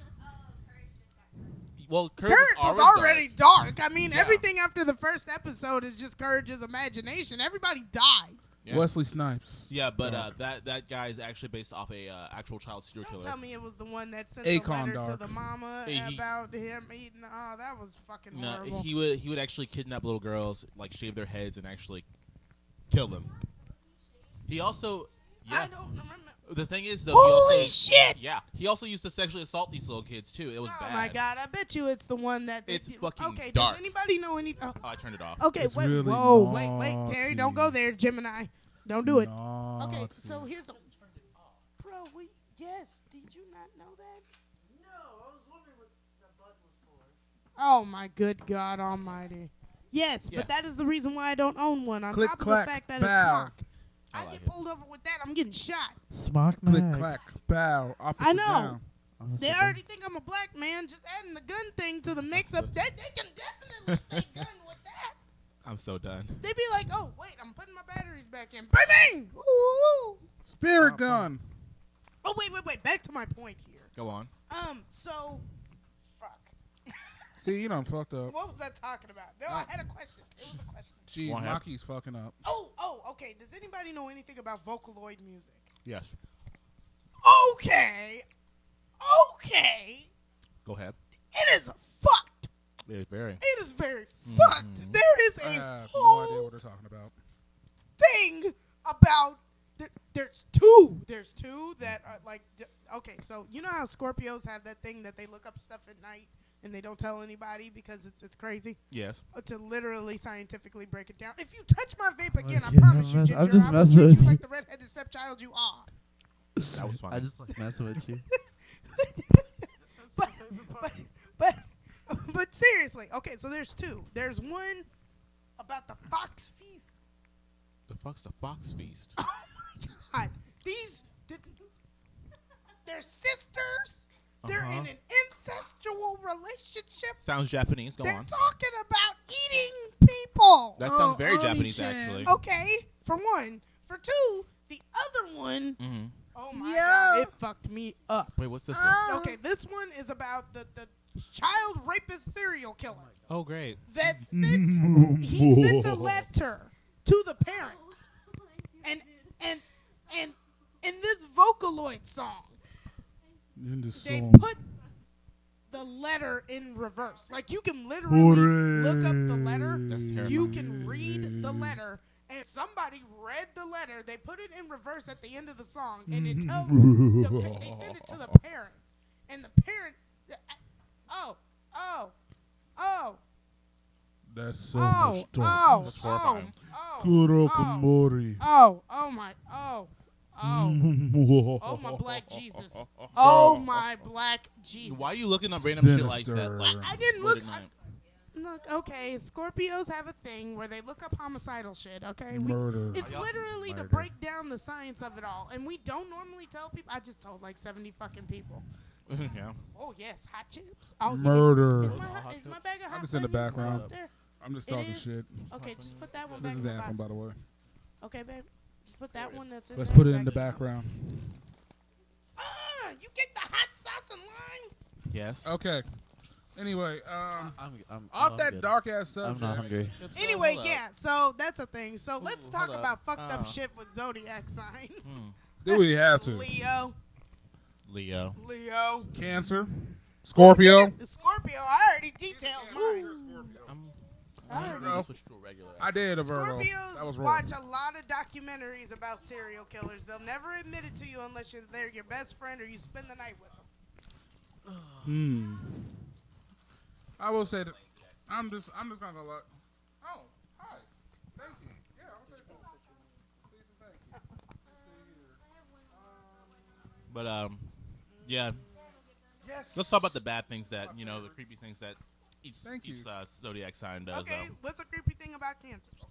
Well, Courage, Courage was was dark. already dark. I mean, Yeah. everything after the first episode is just Courage's imagination. Everybody died. Yeah. Wesley Snipes. Yeah, but uh, Dark. that that guy is actually based off a uh, actual child serial Don't killer. tell me it was the one that sent Akon the letter Dark. to the mama Hey, he- about him eating. Oh, that was fucking No, horrible. he would he would actually kidnap little girls, like shave their heads and actually kill them. He also Yeah. I don't remember. The thing is, though, he Holy also, shit! yeah, he also used to sexually assault these little kids too. It was Oh bad. my god! I bet you it's the one that. It's it- fucking okay. dark. Does anybody know any? oh, Oh, I turned it off. okay. It's wait. really whoa! Wait, wait, Terry! Don't go naughty. there, Gemini. Don't do it. Naughty. Okay, so here's a. Bro, we. Yes, did you not know that? Oh my good God Almighty! Yes, Yeah. but that is the reason why I don't own one. On Click, top clack, of the fact that bow. it's smock. I I, like get it. pulled over with that. I'm getting shot. Smock click mag. clack bow. Officer know. down. Honest They to already think I'm a black man. Just adding the gun thing to the mix up, they, they can definitely say gun with that. I'm so done. They be like, oh, wait, I'm putting my batteries back in. Bang, bang! Ooh, ooh, ooh. Spirit Stop gun. Oh, wait, wait, wait. Back to my point here. Go on. Um, so, fuck. See, you done fucked up. What was I talking about? No, I had a question. It was a question. Jeez, What happened? Maki's fucking up. Oh, oh, okay. Does anybody know anything about Vocaloid music? Yes. Okay. Okay. Go ahead. It is fucked. It's very. It is very Mhm. fucked. There is Mm-hmm. I a have no idea whole what they're talking about. thing about th- there's two there's two that are like d- okay so you know how scorpios have that thing that they look up stuff at night and they don't tell anybody because it's it's crazy Yes. Uh, to literally scientifically break it down if you touch my vape again i Okay, promise you I'm ginger i just will messing treat with you you. like the redheaded stepchild you are That God. was fun. I just like messing with you. but but but but seriously okay so there's two there's one about the fox feast the fuck's the fox feast? Oh my god. These th- they're sisters. They're Uh-huh. in an ancestral relationship. Sounds Japanese. Go they're on. talking about eating people. That Oh, sounds very Oni-chan. Japanese, actually. okay, for one. For two, the other one Mm-hmm. Oh my Yeah. god, it fucked me up. Wait, what's this Ah. Okay, this one is about the, the child rapist serial killer one? Oh, great. that sent he sent a letter to the parents. And and and in this Vocaloid song, In the they song. put the letter in reverse. Like you can literally look up the letter, That's terrifying. you can read the letter, and somebody read the letter. They put it in reverse at the end of the song, and it tells the, pa- they send it to the parent, and the parent, oh, oh, oh, That's so oh, much oh, That's oh, horrifying. oh, Kurokomori. oh, oh my, oh, oh. Oh my black Jesus! Oh my black Jesus! Why are you looking up random shit like that? Sinister. Like, I didn't late look. at I, night? look, okay. Scorpios have a thing where they look up homicidal shit. Okay, we, Murder. it's Y'all- literally to Murder. break down the science of it all, and we don't normally tell people. I just told like seventy fucking people. yeah. Oh yes, hot chips. Oh, yes. Murder. Is my, Hot hot- is my bag of hot just in the Flemings still background. up there? I'm just it talking is- shit. Okay, just put that one back This is in the the anthem, box. by the way. Okay, babe. Just put that one that's in. Let's there put it in the back. background. Ah, you get the hot sauce and limes. Yes. Oh. Okay. Anyway, um, I'm, I'm, off I'm that good. dark ass I'm subject. not hungry. Anyway, yeah. So that's a thing. So let's Ooh, talk hold up. about fucked up Oh. shit with zodiac signs. Hmm. Do we have Hmm. to? Leo, Leo. Leo, Cancer, Scorpio. The Scorpio. I already detailed mine. I'm, I I'm don't gonna know. switch to a regular. I did a Virgo. That was Scorpios wrong. watch a lot of documentaries about serial killers. They'll never admit it to you unless you're they're your best friend or you spend the night with them. Hmm. I will say that I'm just I'm just gonna go like, oh hi, thank you. Yeah, I'll say that. Please and thank you. uh, But um, yeah. Yes. Let's talk about the bad things that you know, the creepy things that each, Thank each you. uh, zodiac sign does. okay, Um, what's a creepy thing about cancers?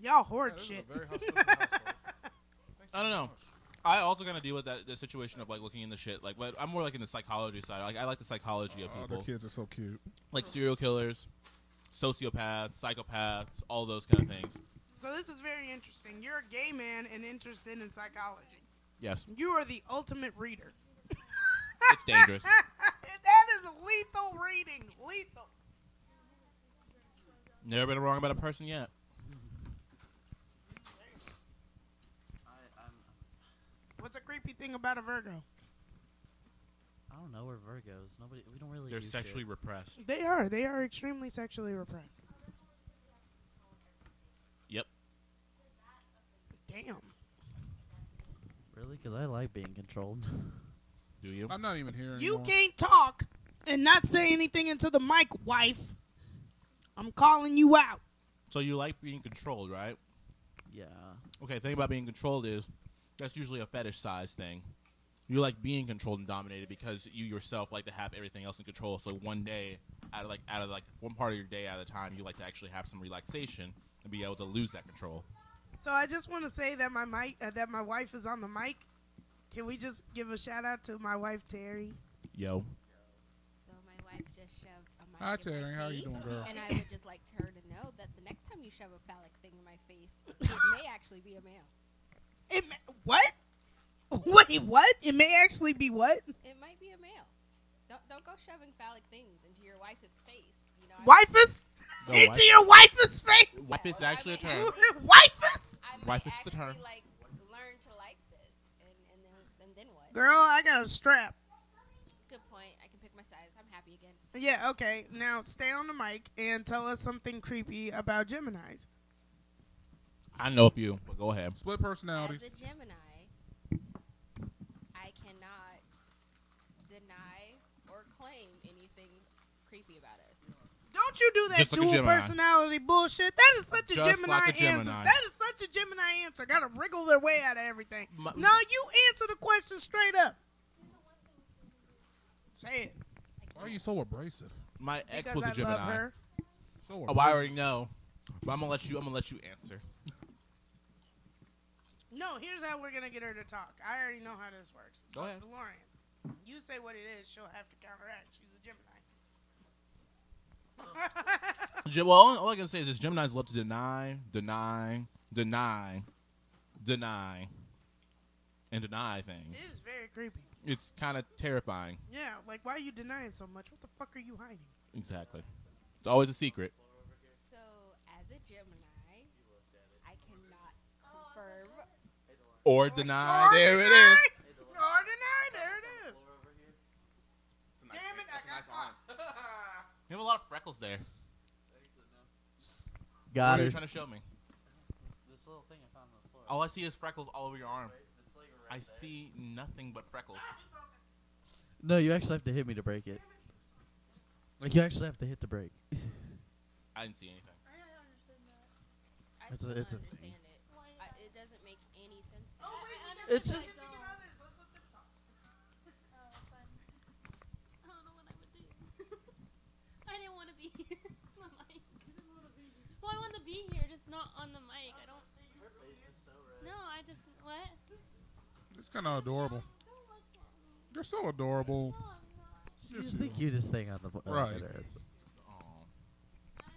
Y'all hoard Yeah, this is a shit. very hostile household. I don't know. I also kind of deal with that the situation of like looking into shit. Like, but I'm more like in the psychology side. Like, I like the psychology of Oh, the people, kids are so cute. like serial killers, sociopaths, psychopaths, all those kind of things. so this is very interesting. You're a gay man and interested in psychology. Yes, You are the ultimate reader. it's dangerous. that is lethal reading. Lethal. Never been wrong about a person yet. I, I'm, What's a creepy thing about a Virgo? I don't know. We're Virgos. Nobody. We don't really. They're do sexually Shit. repressed. They are. They are extremely sexually repressed. Yep. Damn. Honestly, because I like being controlled. Do you? I'm not even hearing You more. can't talk and not say anything into the mic, wife. I'm calling you out. So you like being controlled, right? yeah. Okay, the thing about being controlled is that's usually a fetish size thing. You like being controlled and dominated because you yourself like to have everything else in control. So one day out of like out of like one part of your day at a time, you like to actually have some relaxation and be able to lose that control. So I just want to say that my mic, uh, that my wife is on the mic. Can we just give a shout out to my wife Terry? Yo. So my wife just shoved a mic Hi, in my Terry. How you face, doing, girl? And I would just like her to know that the next time you shove a phallic thing in my face, it may actually be a male. It ma- what? Wait, what? It may actually be what? It might be a male. Don't don't go shoving phallic things into your wife's face. You know, I- Wifeus No, into wife- your wifeus face. wife is Well, I actually a might term. actually- wifeus. I might Wife is the actually term. like learn to like this, and, and then and then what? Girl, I got a strap. Good point. I can pick my size. I'm happy again. Yeah, okay. Now stay on the mic and tell us something creepy about Gemini's. I know a few, but go ahead. Split personalities. As a Gemini, I cannot deny or claim anything creepy about us. Don't you do that Just like a dual Gemini. personality bullshit. That is such a Just like Gemini, a Gemini. answer. That is such a Gemini answer. Gotta wriggle their way out of everything. My- No, you answer the question straight up. Say it. Why are you so abrasive? My ex Because was a I Gemini. love her. So Oh, I already know. But I'm gonna let you. I'm gonna let you answer. No, here's how we're gonna get her to talk. I already know how this works. Go ahead. DeLorean, you say what it is, she'll have to counteract. She's a Gemini. Ge- well, all, all I can say is this: Gemini's love to deny, deny, deny, deny, and deny things. it is very creepy. It's kind of terrifying. Yeah, like why are you denying so much? What the fuck are you hiding? Exactly. It's always a secret. So, as a Gemini, I cannot Oh, confirm. Or Oh, deny. there it is. Ordinary, there it is. Damn it, I got caught. You have a lot of freckles there. Got what are you it. trying to show me? This little thing I found on the floor. All I see is freckles all over your arm. I see nothing but freckles. No, you actually have to hit me to break it. Like you actually have to hit the brake. I didn't see anything. I don't understand that. I It's still a- don't it's a thing. understand it. Why I, not? it doesn't make any sense. To Oh, me. wait, we got It's some just- significant others. Let's let them talk. Oh, fun. I don't know what I would do. I didn't want to be here. on the mic. Well, I want to be here, just not on the mic. I don't. No, I just what? It's kind of adorable. You're so adorable. No, I'm not. She's the cutest thing on the pl- on Right. planet Earth. Aw. I'm embarrassed.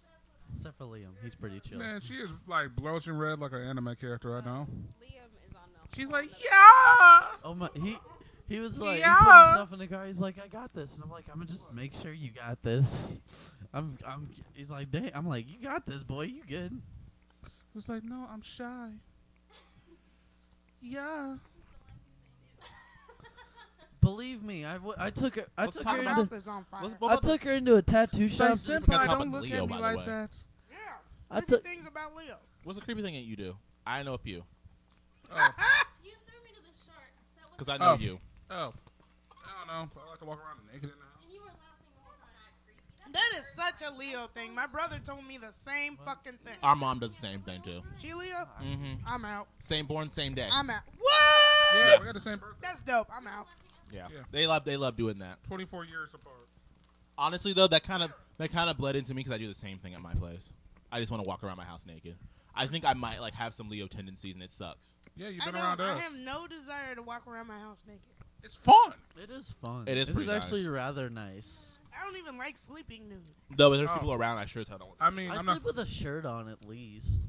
That's what Except for Liam, he's pretty chill. Man, she is like blushing red like an anime character right now. Uh-huh. Liam is on the. She's on like, the- yeah. Oh my, he he was like, he put Yeah. himself in the car. He's like, I got this, and I'm like, I'm gonna just make sure you got this. I'm, I'm. He's like, dang. I'm like, you got this, boy. You good? It's like, no, I'm shy. Yeah. Believe me, I, w- I took her. I Let's took talk her. Her about Into, mouth is on fire. Let's- I took her into a tattoo shop. Say, Forgot "Senpai, about don't the look at Leo, me by the way." like that. yeah. I creepy took. things about Leo. What's the creepy thing that you do? I know a few. You threw me to the sharks. That was. Because I know Oh. you. Oh. I don't know. I like to walk around naked in the house. And you were laughing the whole time. That is such a Leo thing. My brother told me the same fucking thing. Our mom does the same thing, too. She Leo? Mm-hmm. I'm out. Same born, same day. I'm out. What? Yeah, we got the same birthday. That's dope. I'm out. Yeah. Yeah. They love they love doing that. 24 years apart. Honestly though, that kind of that kind of bled into me cuz I do the same thing at my place. I just want to walk around my house naked. I think I might like have some Leo tendencies and it sucks. Yeah, you've I, been don't, around I us. have no desire to walk around my house naked. It's fun. It is fun. It is It is pretty nice. actually rather nice. I don't even like sleeping nude. Though if there's Oh. people around, I sure as hell don't want I mean, I I'm sleep not. with a shirt on at least.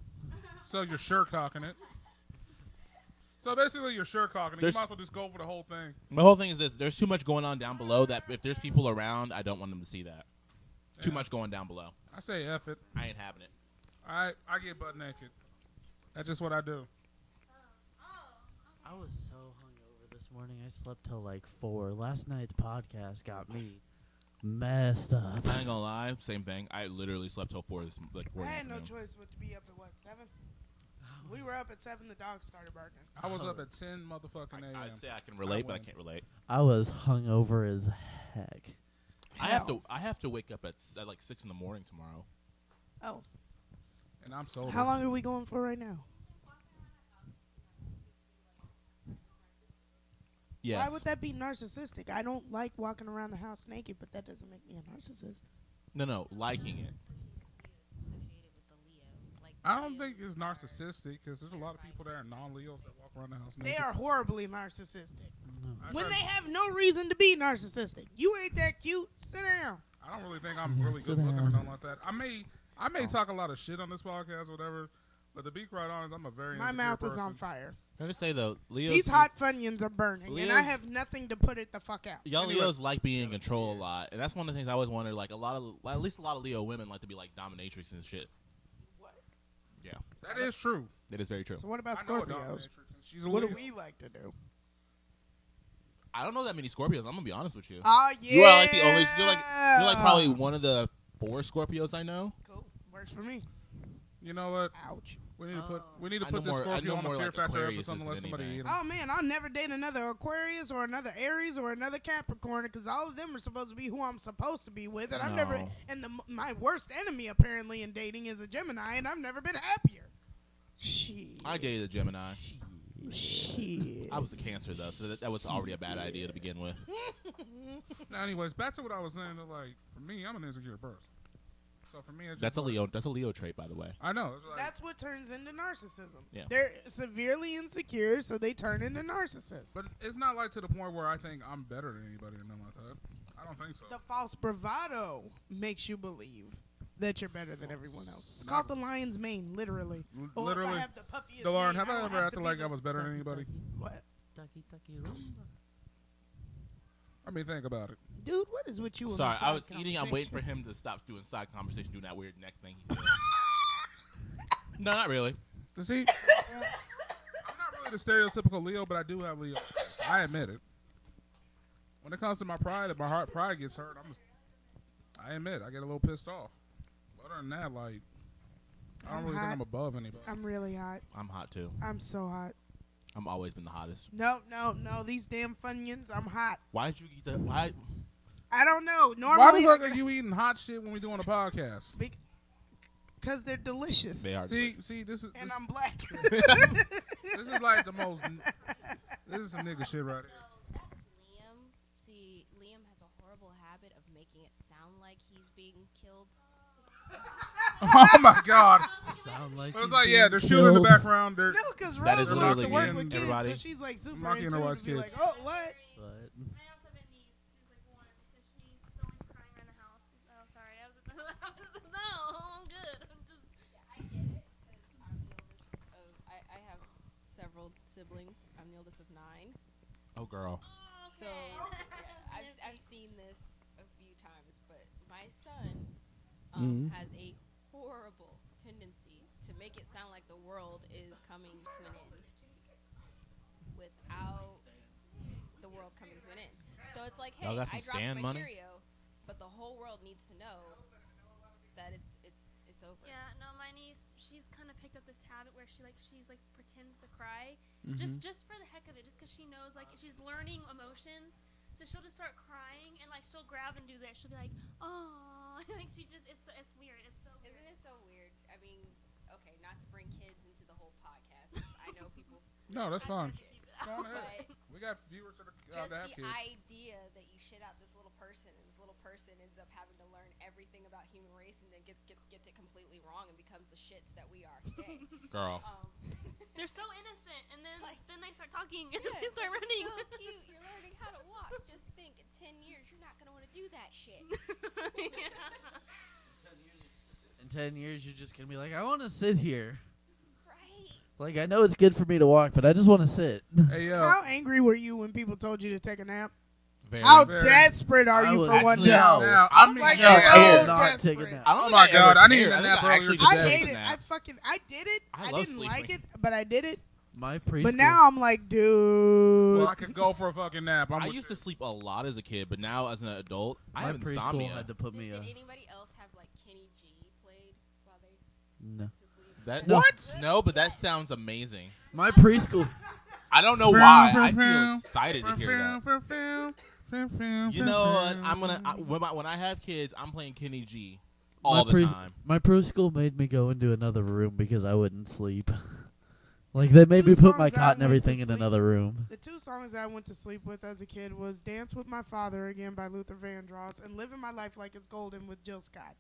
So you're sure cocking it. So basically, you're sure cocking it. You There's- might as well just go for the whole thing. My whole thing is this, there's too much going on down below that if there's people around, I don't want them to see that. Too Yeah. much going down below. I say F it. I ain't having it. I, I get butt naked. That's just what I do. I was so hungover this morning. I slept till like four. Last night's podcast got me messed up. I ain't gonna lie, same thing. I literally slept till four this like four. in I the had no afternoon. choice but to be up at what, 7? I We were up at seven. The dog started barking. I was up at ten motherfucking a.m. I, I'd say I can relate, but I wouldn't. can't relate. I was hungover as heck. I have Hell. to. I have to wake up at, s- at like six in the morning tomorrow. Oh, and I'm sober. how long are we going for right now? Yes. Why would that be narcissistic? I don't like walking around the house naked, but that doesn't make me a narcissist. no, no, liking it. I don't think it's narcissistic because there's a lot of people that are non-Leos that walk around the house. They naked. are horribly narcissistic. I When try- they have no reason to be narcissistic. You ain't that cute. Sit down. I don't really think I'm really Sit good looking or down. nothing like that. I may, I may talk a lot of shit on this podcast, or whatever. But to be quite honest, I'm a very My insecure mouth is person. on fire. Can I just say though, Leo's These hot funyuns are burning, and I Leo's- have nothing to put it the fuck out. Y'all Anyway. Leos like being in control a lot, and that's one of the things I always wonder. Like a lot of, well, at least a lot of Leo women like to be like dominatrix and shit. What? Yeah, That is true. that is very true. So what about I know a Scorpios? dominatrix, and She's a What do Leo. we like to do? I don't know that many Scorpios. I'm gonna be honest with you. Oh yeah. You are like the only. You're like you're like probably one of the four Scorpios I know. Ah. Cool. Works for me. You know what? Ouch. We need to put Oh. we need to I know put this more- I Scorpio know on the more fear like factor Aquariuses episode and let than somebody anything. eat him. Oh man, I'll never date another Aquarius or another Aries or another Capricorn because all of them are supposed to be who I'm supposed to be with, and I've never. No. And the, my worst enemy apparently in dating is a Gemini, and I've never been happier. Shit. I dated a Gemini. Shit. I was a Cancer though, so that, that was already a bad idea to begin with. Now, anyways, back to what I was saying. that, Like for me, I'm an insecure person. So for me, it's That's just a like- Leo. That's a Leo trait, by the way. I know. It's like, That's what turns into narcissism. Yeah. They're severely insecure, so they turn into narcissists. but it's not like to the point where I think I'm better than anybody or nothing like that. I don't think so. The false bravado makes you believe that you're better than everyone else. It's Not- called the lion's mane, literally. L- Oh, if I Literally, have the puffiest Delorn, mane, have I don't ever have to acted be like the- I was better than anybody? What? Ducky, ducky, rumba. I mean, think about it. Dude, what is with you? and Sorry, the I side was eating. I'm waiting for conversation? him to stop doing side conversation, doing that weird neck thing. he's doing. no, not really. You see, I'm not really the stereotypical Leo, but I do have Leo. traits. I admit it. When it comes to my pride, if my heart pride gets hurt, I'm. Just, I admit, I get a little pissed off. But other than that, like, I I'm don't really think hot. I'm above anybody. I'm really hot. I'm hot too. I'm so hot. I'm always been the hottest. No, no, no. These damn funyuns. I'm hot. Why did you eat that? Why? I don't know. Why the Normally, fuck are you eating hot shit when we doing a podcast? because they're delicious, They are. See, see, this is and this, I'm black. this is like the most. This is some nigga shit right here. No, that's Liam. See, Liam has a horrible habit of making it sound like he's being killed. Oh my god! Sound like It was he's like, being yeah, they're shooting in the killed. background. They're No, because That Rose is wants to literally work me, with kids, everybody. so she's like super Maki and into her it wife's to be like, kids. oh, what? But I also have a niece who's like one, so she's always crying around the house. Oh, sorry, I was at the house. No, I'm good. I'm just. I get it, 'cause I'm the oldest of, I, I have several siblings. I'm the oldest of nine. Oh girl. Oh, So okay. yeah, I've, Nifty. I've seen this a few times, but my son Mm-hmm. um, has a horrible tendency to make it sound like the world is coming to an end without the world coming to an end. So it's like, hey, Y'all got some I dropped Stan my money? Cheerio, but the whole world needs to know that it's it's it's over. Yeah, no, my niece, she's kind of picked up this habit where she like she's like pretends to cry just just for the heck of it, just because she knows like she's learning emotions. So she'll just start crying and like she'll grab and do this. She'll be like, oh, like she just it's it's weird. It's so weird. Isn't it so weird? I mean, okay, not to bring kids into the whole podcast. 'cause I know people, no, that's I tried fine. to keep it out. Go on ahead. but We got viewers that are uh, just that have the kids. idea that you shit out this little person and this little person ends up having to learn everything about human race and then gets gets, gets it completely wrong and becomes the shits that we are today. Girl. um, They're so innocent, and then Like- then they start talking and yeah, they start it's running. So cute. You're learning how to walk. Just think, in ten years, you're not gonna want to do that shit. yeah. in ten years, you're just gonna be like, I want to sit here. Right. Like I know it's good for me to walk, but I just want to sit. Hey yo, How angry were you when people told you to take a nap? Very. How Very. desperate are I you was for one actually- nap? No. now I mean, like, yo, so I did not desperate. take a nap. I don't Oh think my I God, ever I needed cared. a think nap I earlier actually today. I just hate took it. I naps. fucking I did it. I I, love didn't like it, sleeping. but I did it. My preschool. But now I'm like, dude. well, I could go for a fucking nap. I'm I with used you. to sleep a lot as a kid, but now as an adult, I my have preschool insomnia. had to put Did, me. uh, did a- anybody else have like Kenny G played while they No. went to sleep? That No. What? No, but that sounds amazing. My preschool. I don't know Vroom, why. vroom, I feel vroom. excited to hear that. You know what? I'm gonna I, when, I, when I have kids, I'm playing Kenny G my all the pres- time. My preschool made me go into another room because I wouldn't sleep. like they made Two me put my songs I cot and went to everything in sleep. another room. The two songs I went to sleep with as a kid was "Dance with My Father Again" by Luther Vandross and "Living My Life Like It's Golden" with Jill Scott.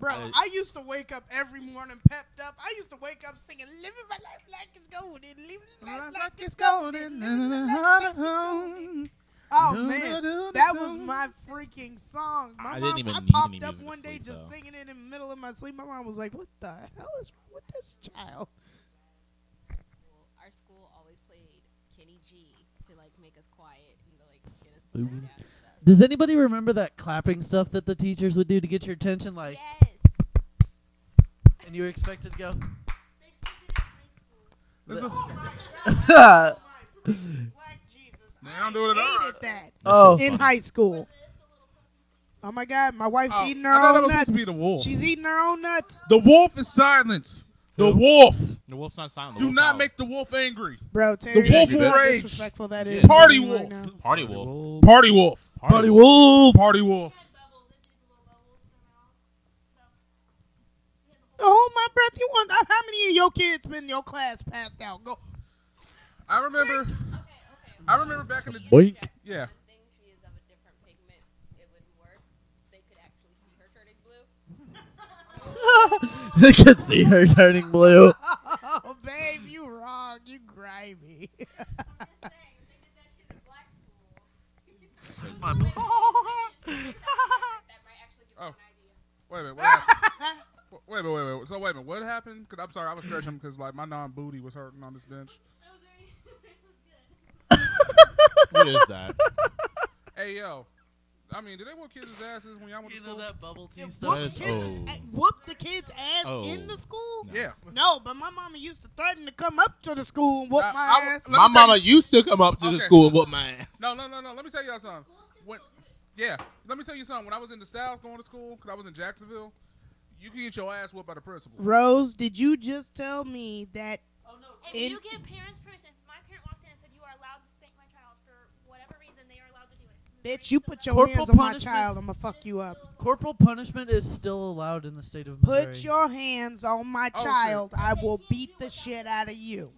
Bro, I- I, used to wake up every morning pepped up. I used to wake up singing "Living My Life Like It's Golden," "Living My Life Like It's Golden," "Living My Life Like It's Golden." Oh man, that was my freaking song. My I mom, didn't even I need popped any up music to one day sleep, just though. singing it in the middle of my sleep. My mom was like, "What the hell is wrong with this child?" school, our school always played Kenny G to like make us quiet and to like get us to calm Ooh. down and stuff. Does anybody remember that clapping stuff that the teachers would do to get your attention? Like, yes. and you were expected to go. They still do that in high There's a- Oh school. my God. oh My Black Jesus. They I don't do it at all. hated that Oh. in high school. Oh my God, my wife's Oh, eating I her thought that own was nuts. supposed to be the wolf. She's eating her own nuts, The wolf is silent. The Who? wolf. The wolf's not silent. The Do wolf's not out. make the wolf angry. bro. Terry, wolf you will know how rage. disrespectful that is. Party right wolf. now. party wolf. Party wolf. Party wolf. Party wolf. Had bubbles, they did the little bubbles in their mouth. Oh my breath, you want? How many of your kids been in your class passed out? Go. I remember. Okay, okay. I remember back in the Boink. yeah. One thing she is of a different pigment. It wouldn't work. They could actually see her turning blue. they could see her turning blue. Oh, babe, you wrong. You grimy. I'm just saying, they did that shit in black school. My that might actually give Oh. oh. an idea. Wait a minute. What happened? wait a minute. Wait a minute. So wait a minute. What happened? Cause I'm sorry. I was stretching because like my non booty was hurting on this bench. That was very, it was good. What is that? Hey yo. I mean, did they whoop kids' asses when y'all went to You school? know that bubble tea And stuff? Whoop, is kids, old. a- whoop the kids' ass in Old. the school? Yeah. No, but my mama used to threaten to come up to the school and whoop I- my I- ass. let My me tell mama used to come up to the Okay. school and whoop my ass. No, no, no, no. Let me tell y'all something. When, yeah, let me tell you something. When I was in the South going to school, because I was in Jacksonville, you could get your ass whooped by the principal. Rose, did you just tell me that? If In- you give parents permission, if my parent walked in and said you are allowed to spank my child for whatever reason, they are allowed to do it. Bitch, you put your Corporal hands on my punishment. child, I'ma fuck you up. Corporal punishment is still allowed in the state of Missouri. Put your hands on my Oh, shit. child, I will beat the shit out of you.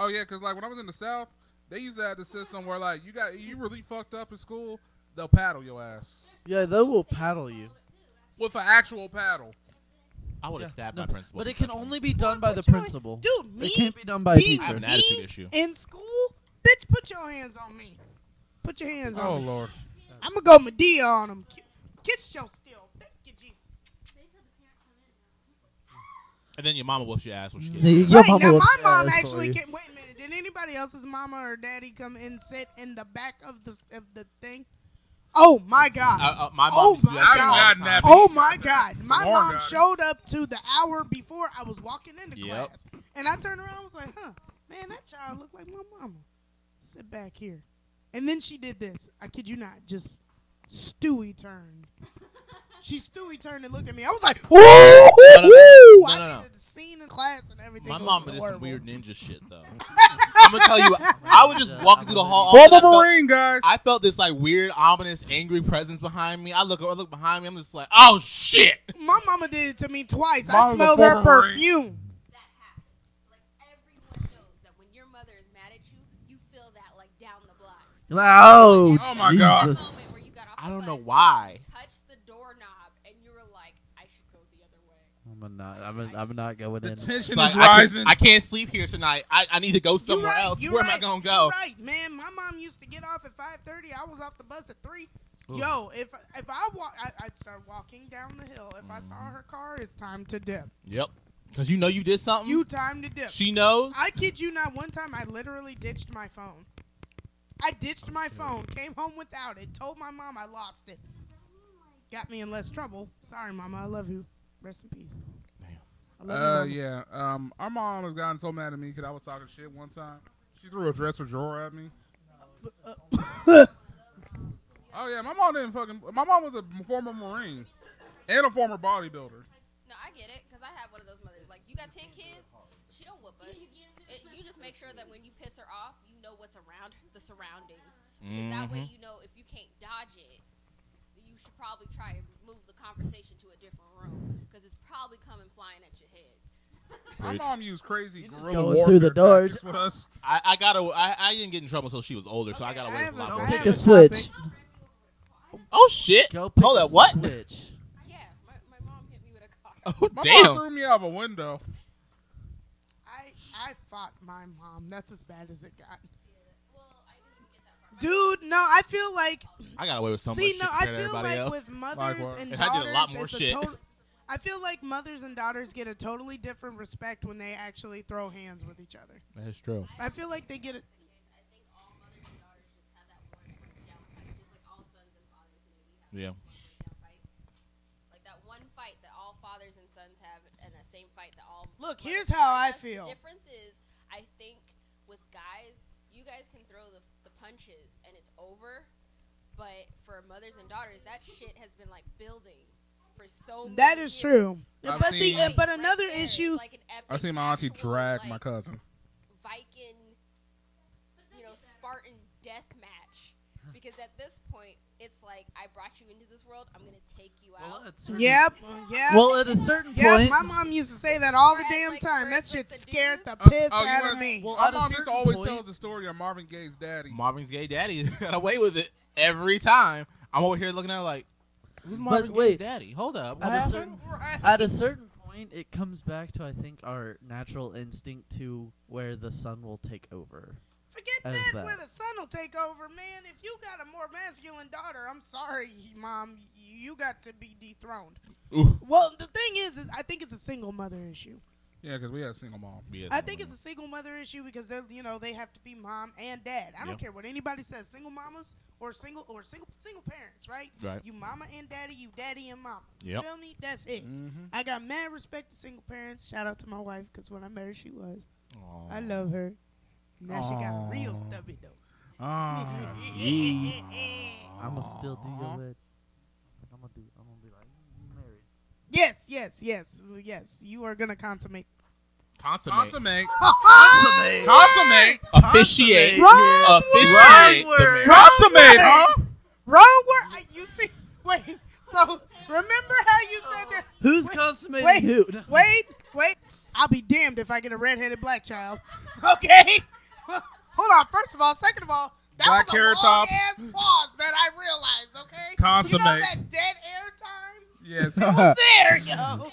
Oh yeah, because like when I was in the South, they used to have the system where like you got you really fucked up in school, they'll paddle your ass yeah, they will paddle you. with an actual paddle. I would Yeah, have stabbed no, my principal. But it if he can touched me. only be done by the What you- principal. Dude, me It can't be done by a me- I have teacher. an attitude Me? issue. in school? Bitch, put your hands on me. Put your hands Oh on me. lord. I'ma go Medea on him. Kiss your still. Thank you, Jesus. And then your mama whoops your ass when she gets Your home. mama Right, now will my say mom that's actually for you. can wait a minute. Did anybody else's mama or daddy come and sit in the back of the of the thing? Oh my god. Uh, uh, my mom Oh used to do my that shit God. all the time. Oh, Oh my God! My Lord mom God. showed up to the hour before I was walking into Yep. class, and I turned around. I was like, "Huh, man, that child looked like my mama." Sit back here, and then she did this. I kid you not, just Stewie turned. She Stewie turned and looked at me. I was like, "Woo, woo, no, no. woo!" No, I no, no. needed the scene in class and everything. My It was mama did some horrible. weird ninja shit though. I'm gonna tell you, I was just walking through the hall. all of a sudden I felt- Wolverine, guys. I felt this like weird, ominous, angry presence behind me. I look, I look behind me. I'm just like, oh shit! My mama did it to me twice. I Mama's a smelled her Wolverine. perfume. That happened. Like everyone knows that when your mother is mad at you, you feel that like down the block. You're like, Oh, Oh my God. That moment Jesus. where you got off I the don't know bus, why. you touched the doorknob, and you were like, I should go the other way. I'm not. I'm, I'm not going the in. tension Like, is I, rising. can, I can't sleep here tonight. I, I need to go somewhere right, else. you Where am I right, gonna go? You're right, man. My mom used to get off at five thirty. I was off the bus at three. Ooh. Yo, if if I walk, I, I'd start walking down the hill. If I saw Mm-hmm. her car, it's time to dip. Yep. Because you know you did something. You time to dip. Um, she knows. I kid you not. One time, I literally ditched my phone. I ditched my phone. Came home without it. Told my mom I lost it. Got me in less trouble. Sorry, mama. I love you. Rest in peace. Damn. I love you, Uh, Mama. yeah. Um, our mom has gotten so mad at me because I was talking shit one time. She threw a dresser drawer at me. oh yeah, my mom didn't fucking. My mom was a former Marine and a former bodybuilder. No, I get it, because I have one of those mothers. Like, You got ten kids. She don't whoop us. It, you just make sure that when you piss her off, you know what's around her, the surroundings. Mm-hmm. Because that way, you know if you can't dodge it, you should probably try and move the conversation to a different room because it's probably coming flying at your head. My mom used crazy You just guerrilla going warfare through the doors. tactics with us. I, I got away. I, I didn't get in trouble until she was older, so I Okay, got I away have from a- a lot I have more. things. Pick a a switch. Oh shit! Go pick Hold a up, what? Switch. Yeah, my, my mom hit me with a car. Oh My mom damn! threw me out of a window. I I fought my mom. That's as bad as it got. Well, I didn't get that far. Dude, no, I feel like I got away with so see, much no, shit I compared to feel like everybody else. with mothers Likewise. and And I daughters, did a lot more it's shit. A total, I feel like mothers and daughters get a totally different respect when they actually throw hands with each other. That is true. I feel like they get it. I think all mothers and daughters just have that one down fight, just like all sons and fathers maybe have Yeah. that one down fight. Like that one fight that all fathers and sons have, and that same fight that all. Look, mothers here's and how I daughters- that's feel. The difference is, I think with guys, you guys can throw the, the punches and it's over, but for mothers and daughters, that shit has been like building for so. Many That is years. true. I've but seen- the uh, but Right another there, it's issue. like an I epic seen my auntie actual, drag my like, cousin. Viking, you know, Spartan death match. Because at this point, it's like I brought you into this world. I'm gonna take you Well, out. at certain- Yep, yep. Well, at a certain yeah, point. my mom used to say that all the Whereas, damn like, time. That whereas shit with the scared the dudes- piss Oh, you out of wanna- me. well, My at a mom used certain to always point, tell us the story of Marvin Gaye's daddy. Marvin's gay daddy got away with it every time. I'm over here looking at her like, who's Marvin Gaye's wait. daddy? Hold up. What At a, happened? certain, at a certain point, it comes back to I think our natural instinct to where the sun will take over. Forget As that, that. where the sun will take over, man. If you got a more masculine daughter, I'm sorry, mom, you got to be dethroned. Oof. Well, the thing is, is I think it's a single mother issue. Yeah, because we had a single mom. Yeah, I think it's a single mother issue because they, you know, they have to be mom and dad. I don't Yeah. care what anybody says, single mamas or single or single single parents, right? Right. You mama and daddy, you daddy and mama. You Yep. feel me? That's it. Mm-hmm. I got mad respect to single parents. Shout out to my wife because when I met her, she was. Aw. I love her. Now she got real Aw. stubby though. Ah. I'ma still do your wed. I'm gonna do. I'm gonna be like "You married. yes, yes, yes, yes. You are gonna consummate. consummate. Consummate. Consummate. Consummate. Officiate. Wrong Officiate. word. the marriage. Wrong Consummate, huh? Wrong word. I- You see? Wait. So remember how you said there? Who's Wait, consummating wait, who? No. Wait, wait. I'll be damned if I get a redheaded black child. Okay. Hold on. First of all, second of all, that Black was a hair long top. ass pause that I realized. Okay. You know Consummate. that dead air time? Yes. Oh There you go.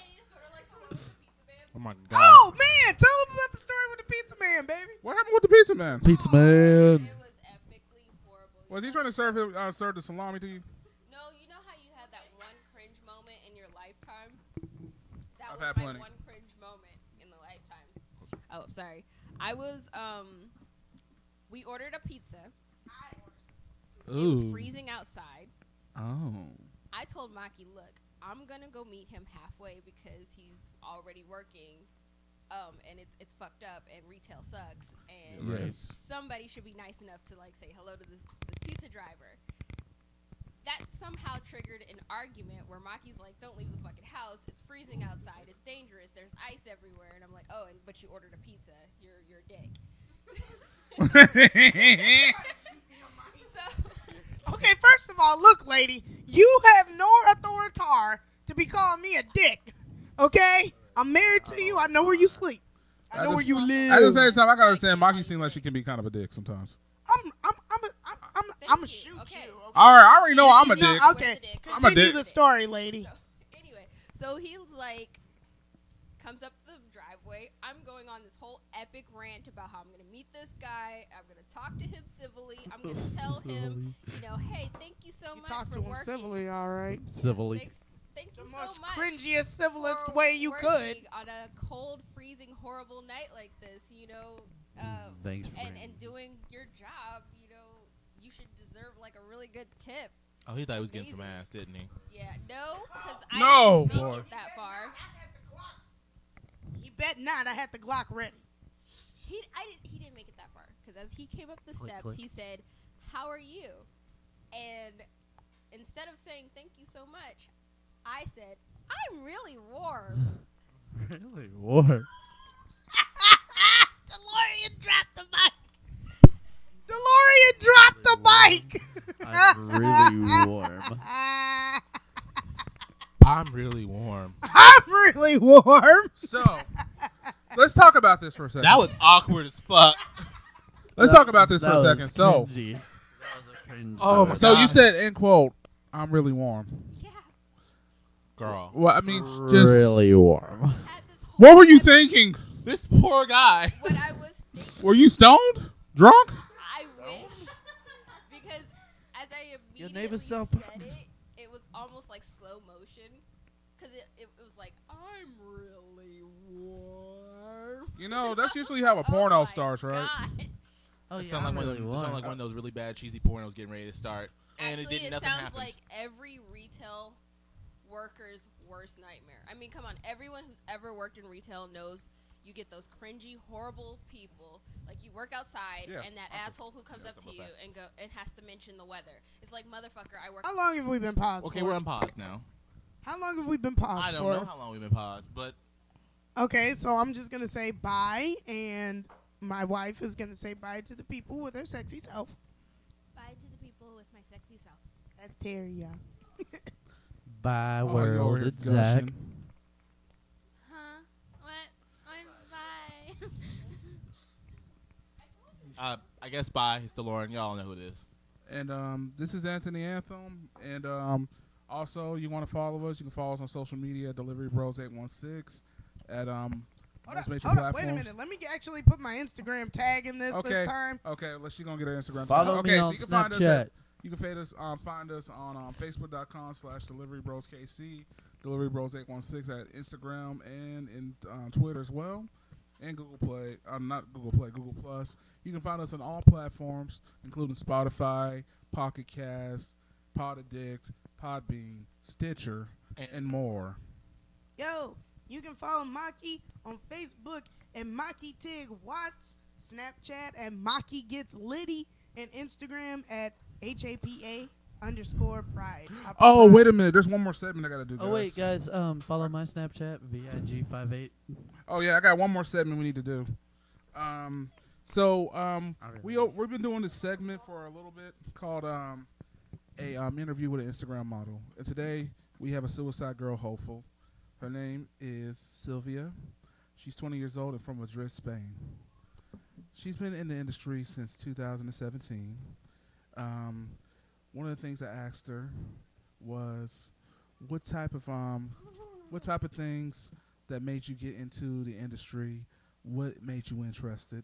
Oh my god. Oh man, tell them about the story with the pizza man, baby. What happened with the pizza man? Pizza man. It was epically horrible. You Was he know- trying to serve him, uh, serve the salami to you? No, you know how you had that one cringe moment in your lifetime. That I've was had my plenty. one cringe moment in the lifetime. Oh, sorry. I was um, we ordered a pizza. It was freezing outside. Oh. I told Maki, look, I'm gonna go meet him halfway because he's already working, um, and it's it's fucked up and retail sucks, and Right. Yes. somebody should be nice enough to like say hello to this this pizza driver. That somehow triggered an argument where Maki's like, "Don't leave the fucking house. It's freezing outside. It's dangerous. There's ice everywhere." And I'm like, "Oh, and but you ordered a pizza. You're you're a dick." So Okay, first of all, look, lady, you have no authoritar to be calling me a dick. Okay? I'm married to you. I know where you sleep. I I know where just- you live. At the same time, I gotta understand. Maki seems like she can be kind of a dick sometimes. I'm I'm I'm a, I'm I'm, Thank I'm a you. shoot Okay. you. Okay? All right, I already know I'm a No, dick. okay. I'm a Continue dick. the story, lady. So, anyway, so he's like, comes up the driveway. I'm going on this whole epic rant about how I'm going to meet this guy. I'm going to talk to him civilly. I'm going to tell him, you know, hey, thank you so You much talk for to him working. civilly, all right. Civilly. Thanks- Thank you The so most much cringiest, for civilest way you could. working on a cold, freezing, horrible night like this. You know, uh, Thanks for and bringing and it. doing your job. You know, you should deserve like a really good tip. Oh, he thought he was getting some ass, didn't he? Yeah, no, because I No, didn't make boy. it that far. You bet not. I had the Glock ready. He, I didn't, he didn't make it that far because as he came up the Click, steps, click. he said, "How are you?" And instead of saying "Thank you so much," I said, "I'm really warm." Really? War? DeLorean dropped the mic. DeLorean dropped the mic. I'm really warm. I'm really warm. I'm really warm. So let's talk about this for a second. That was awkward as fuck. let's That talk about was- this for a that second. was So, cringy. that was a cringe. Oh my moment. so you God. said end quote, I'm really warm. Yeah, Girl. Well, I mean, just really warm. had this whole what were you epi- thinking? This poor guy. What I was thinking, Were you stoned? Drunk? I wish because as I immediately Your neighbor's so said proud. it, it was almost like slow motion because it, it, it was like I'm really warm. You know, that's usually how a Oh porno my starts, right? God. Oh It yeah, sounded I'm like, really one of, it sounded warm. like one of those really bad cheesy pornos getting ready to start. And Actually, it did it nothing sounds happen. like every retail worker's worst nightmare. I mean, come on, everyone who's ever worked in retail knows you get those cringy, horrible people. Like you work outside, Yeah, and that I could- asshole who comes yeah, up to somewhat you fast. and go and has to mention the weather. It's like motherfucker, I work. How long have we been paused okay, for? we're on pause now. How long have we been paused I don't for? know how long we've been paused, but Okay, so I'm just gonna say bye, and my wife is gonna say bye to the people with her sexy self. Bye to the people with my sexy self. That's Terry, y'all. By Oh, you're world, here it's Zach. gushing. Huh? What? I'm bye. uh, I guess bye. It's DeLorean. Y'all know who it is. And um, this is Anthony Anthem. And um, also, you want to follow us? You can follow us on social media, Delivery Bros eight one six, at um, Hold most up, major hold up, wait a platforms. minute. Let me get- actually put my Instagram tag in this Okay. this time. Okay, let's she gonna get her Instagram. Follow okay, me so on you can find us. Snapchat. At, you can find us. Um, find us on um, Facebook.com slash Delivery Bros KC, Delivery Bros eight one six at Instagram and in um, Twitter as well, and Google Play. Um, not Google Play, Google Plus. You can find us on all platforms, including Spotify, Pocket Cast, Pod Addict, Podbean, Stitcher, And- and more. Yo, you can follow Maki on Facebook at Maki Tig Watts, Snapchat at Maki Gets Liddy, and Instagram at HAPA underscore pride. I Oh pride. wait a minute, there's one more segment I gotta do. Oh wait, guys, um, follow my Snapchat vig58. Oh yeah, I got one more segment we need to do. Um, so um, Alright. we o- we've been doing this segment for a little bit called um, a um, interview with an Instagram model, and today we have a suicide girl hopeful. Her name is Sylvia. She's 20 years old and from Madrid, Spain. She's been in the industry since 2017. Um, one of the things I asked her was, "What type of um, what type of things that made you get into the industry? What made you interested?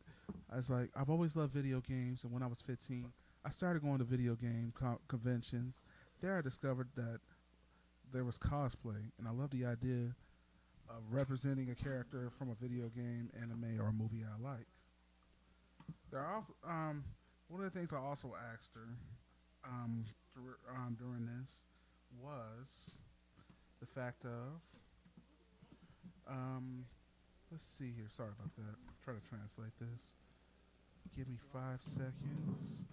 I was like, I've always loved video games, and when I was 15, I started going to video game co- conventions. There, I discovered that there was cosplay, and I loved the idea of representing a character from a video game, anime, or a movie I like. There are also, um, one of the things I also asked her um, dur- um, during this was the fact of um, let's see here. Sorry about that. Try to translate this. Give me five seconds.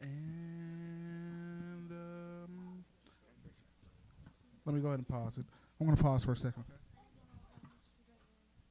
And um, let me go ahead and pause it. I'm gonna pause for a second. Okay?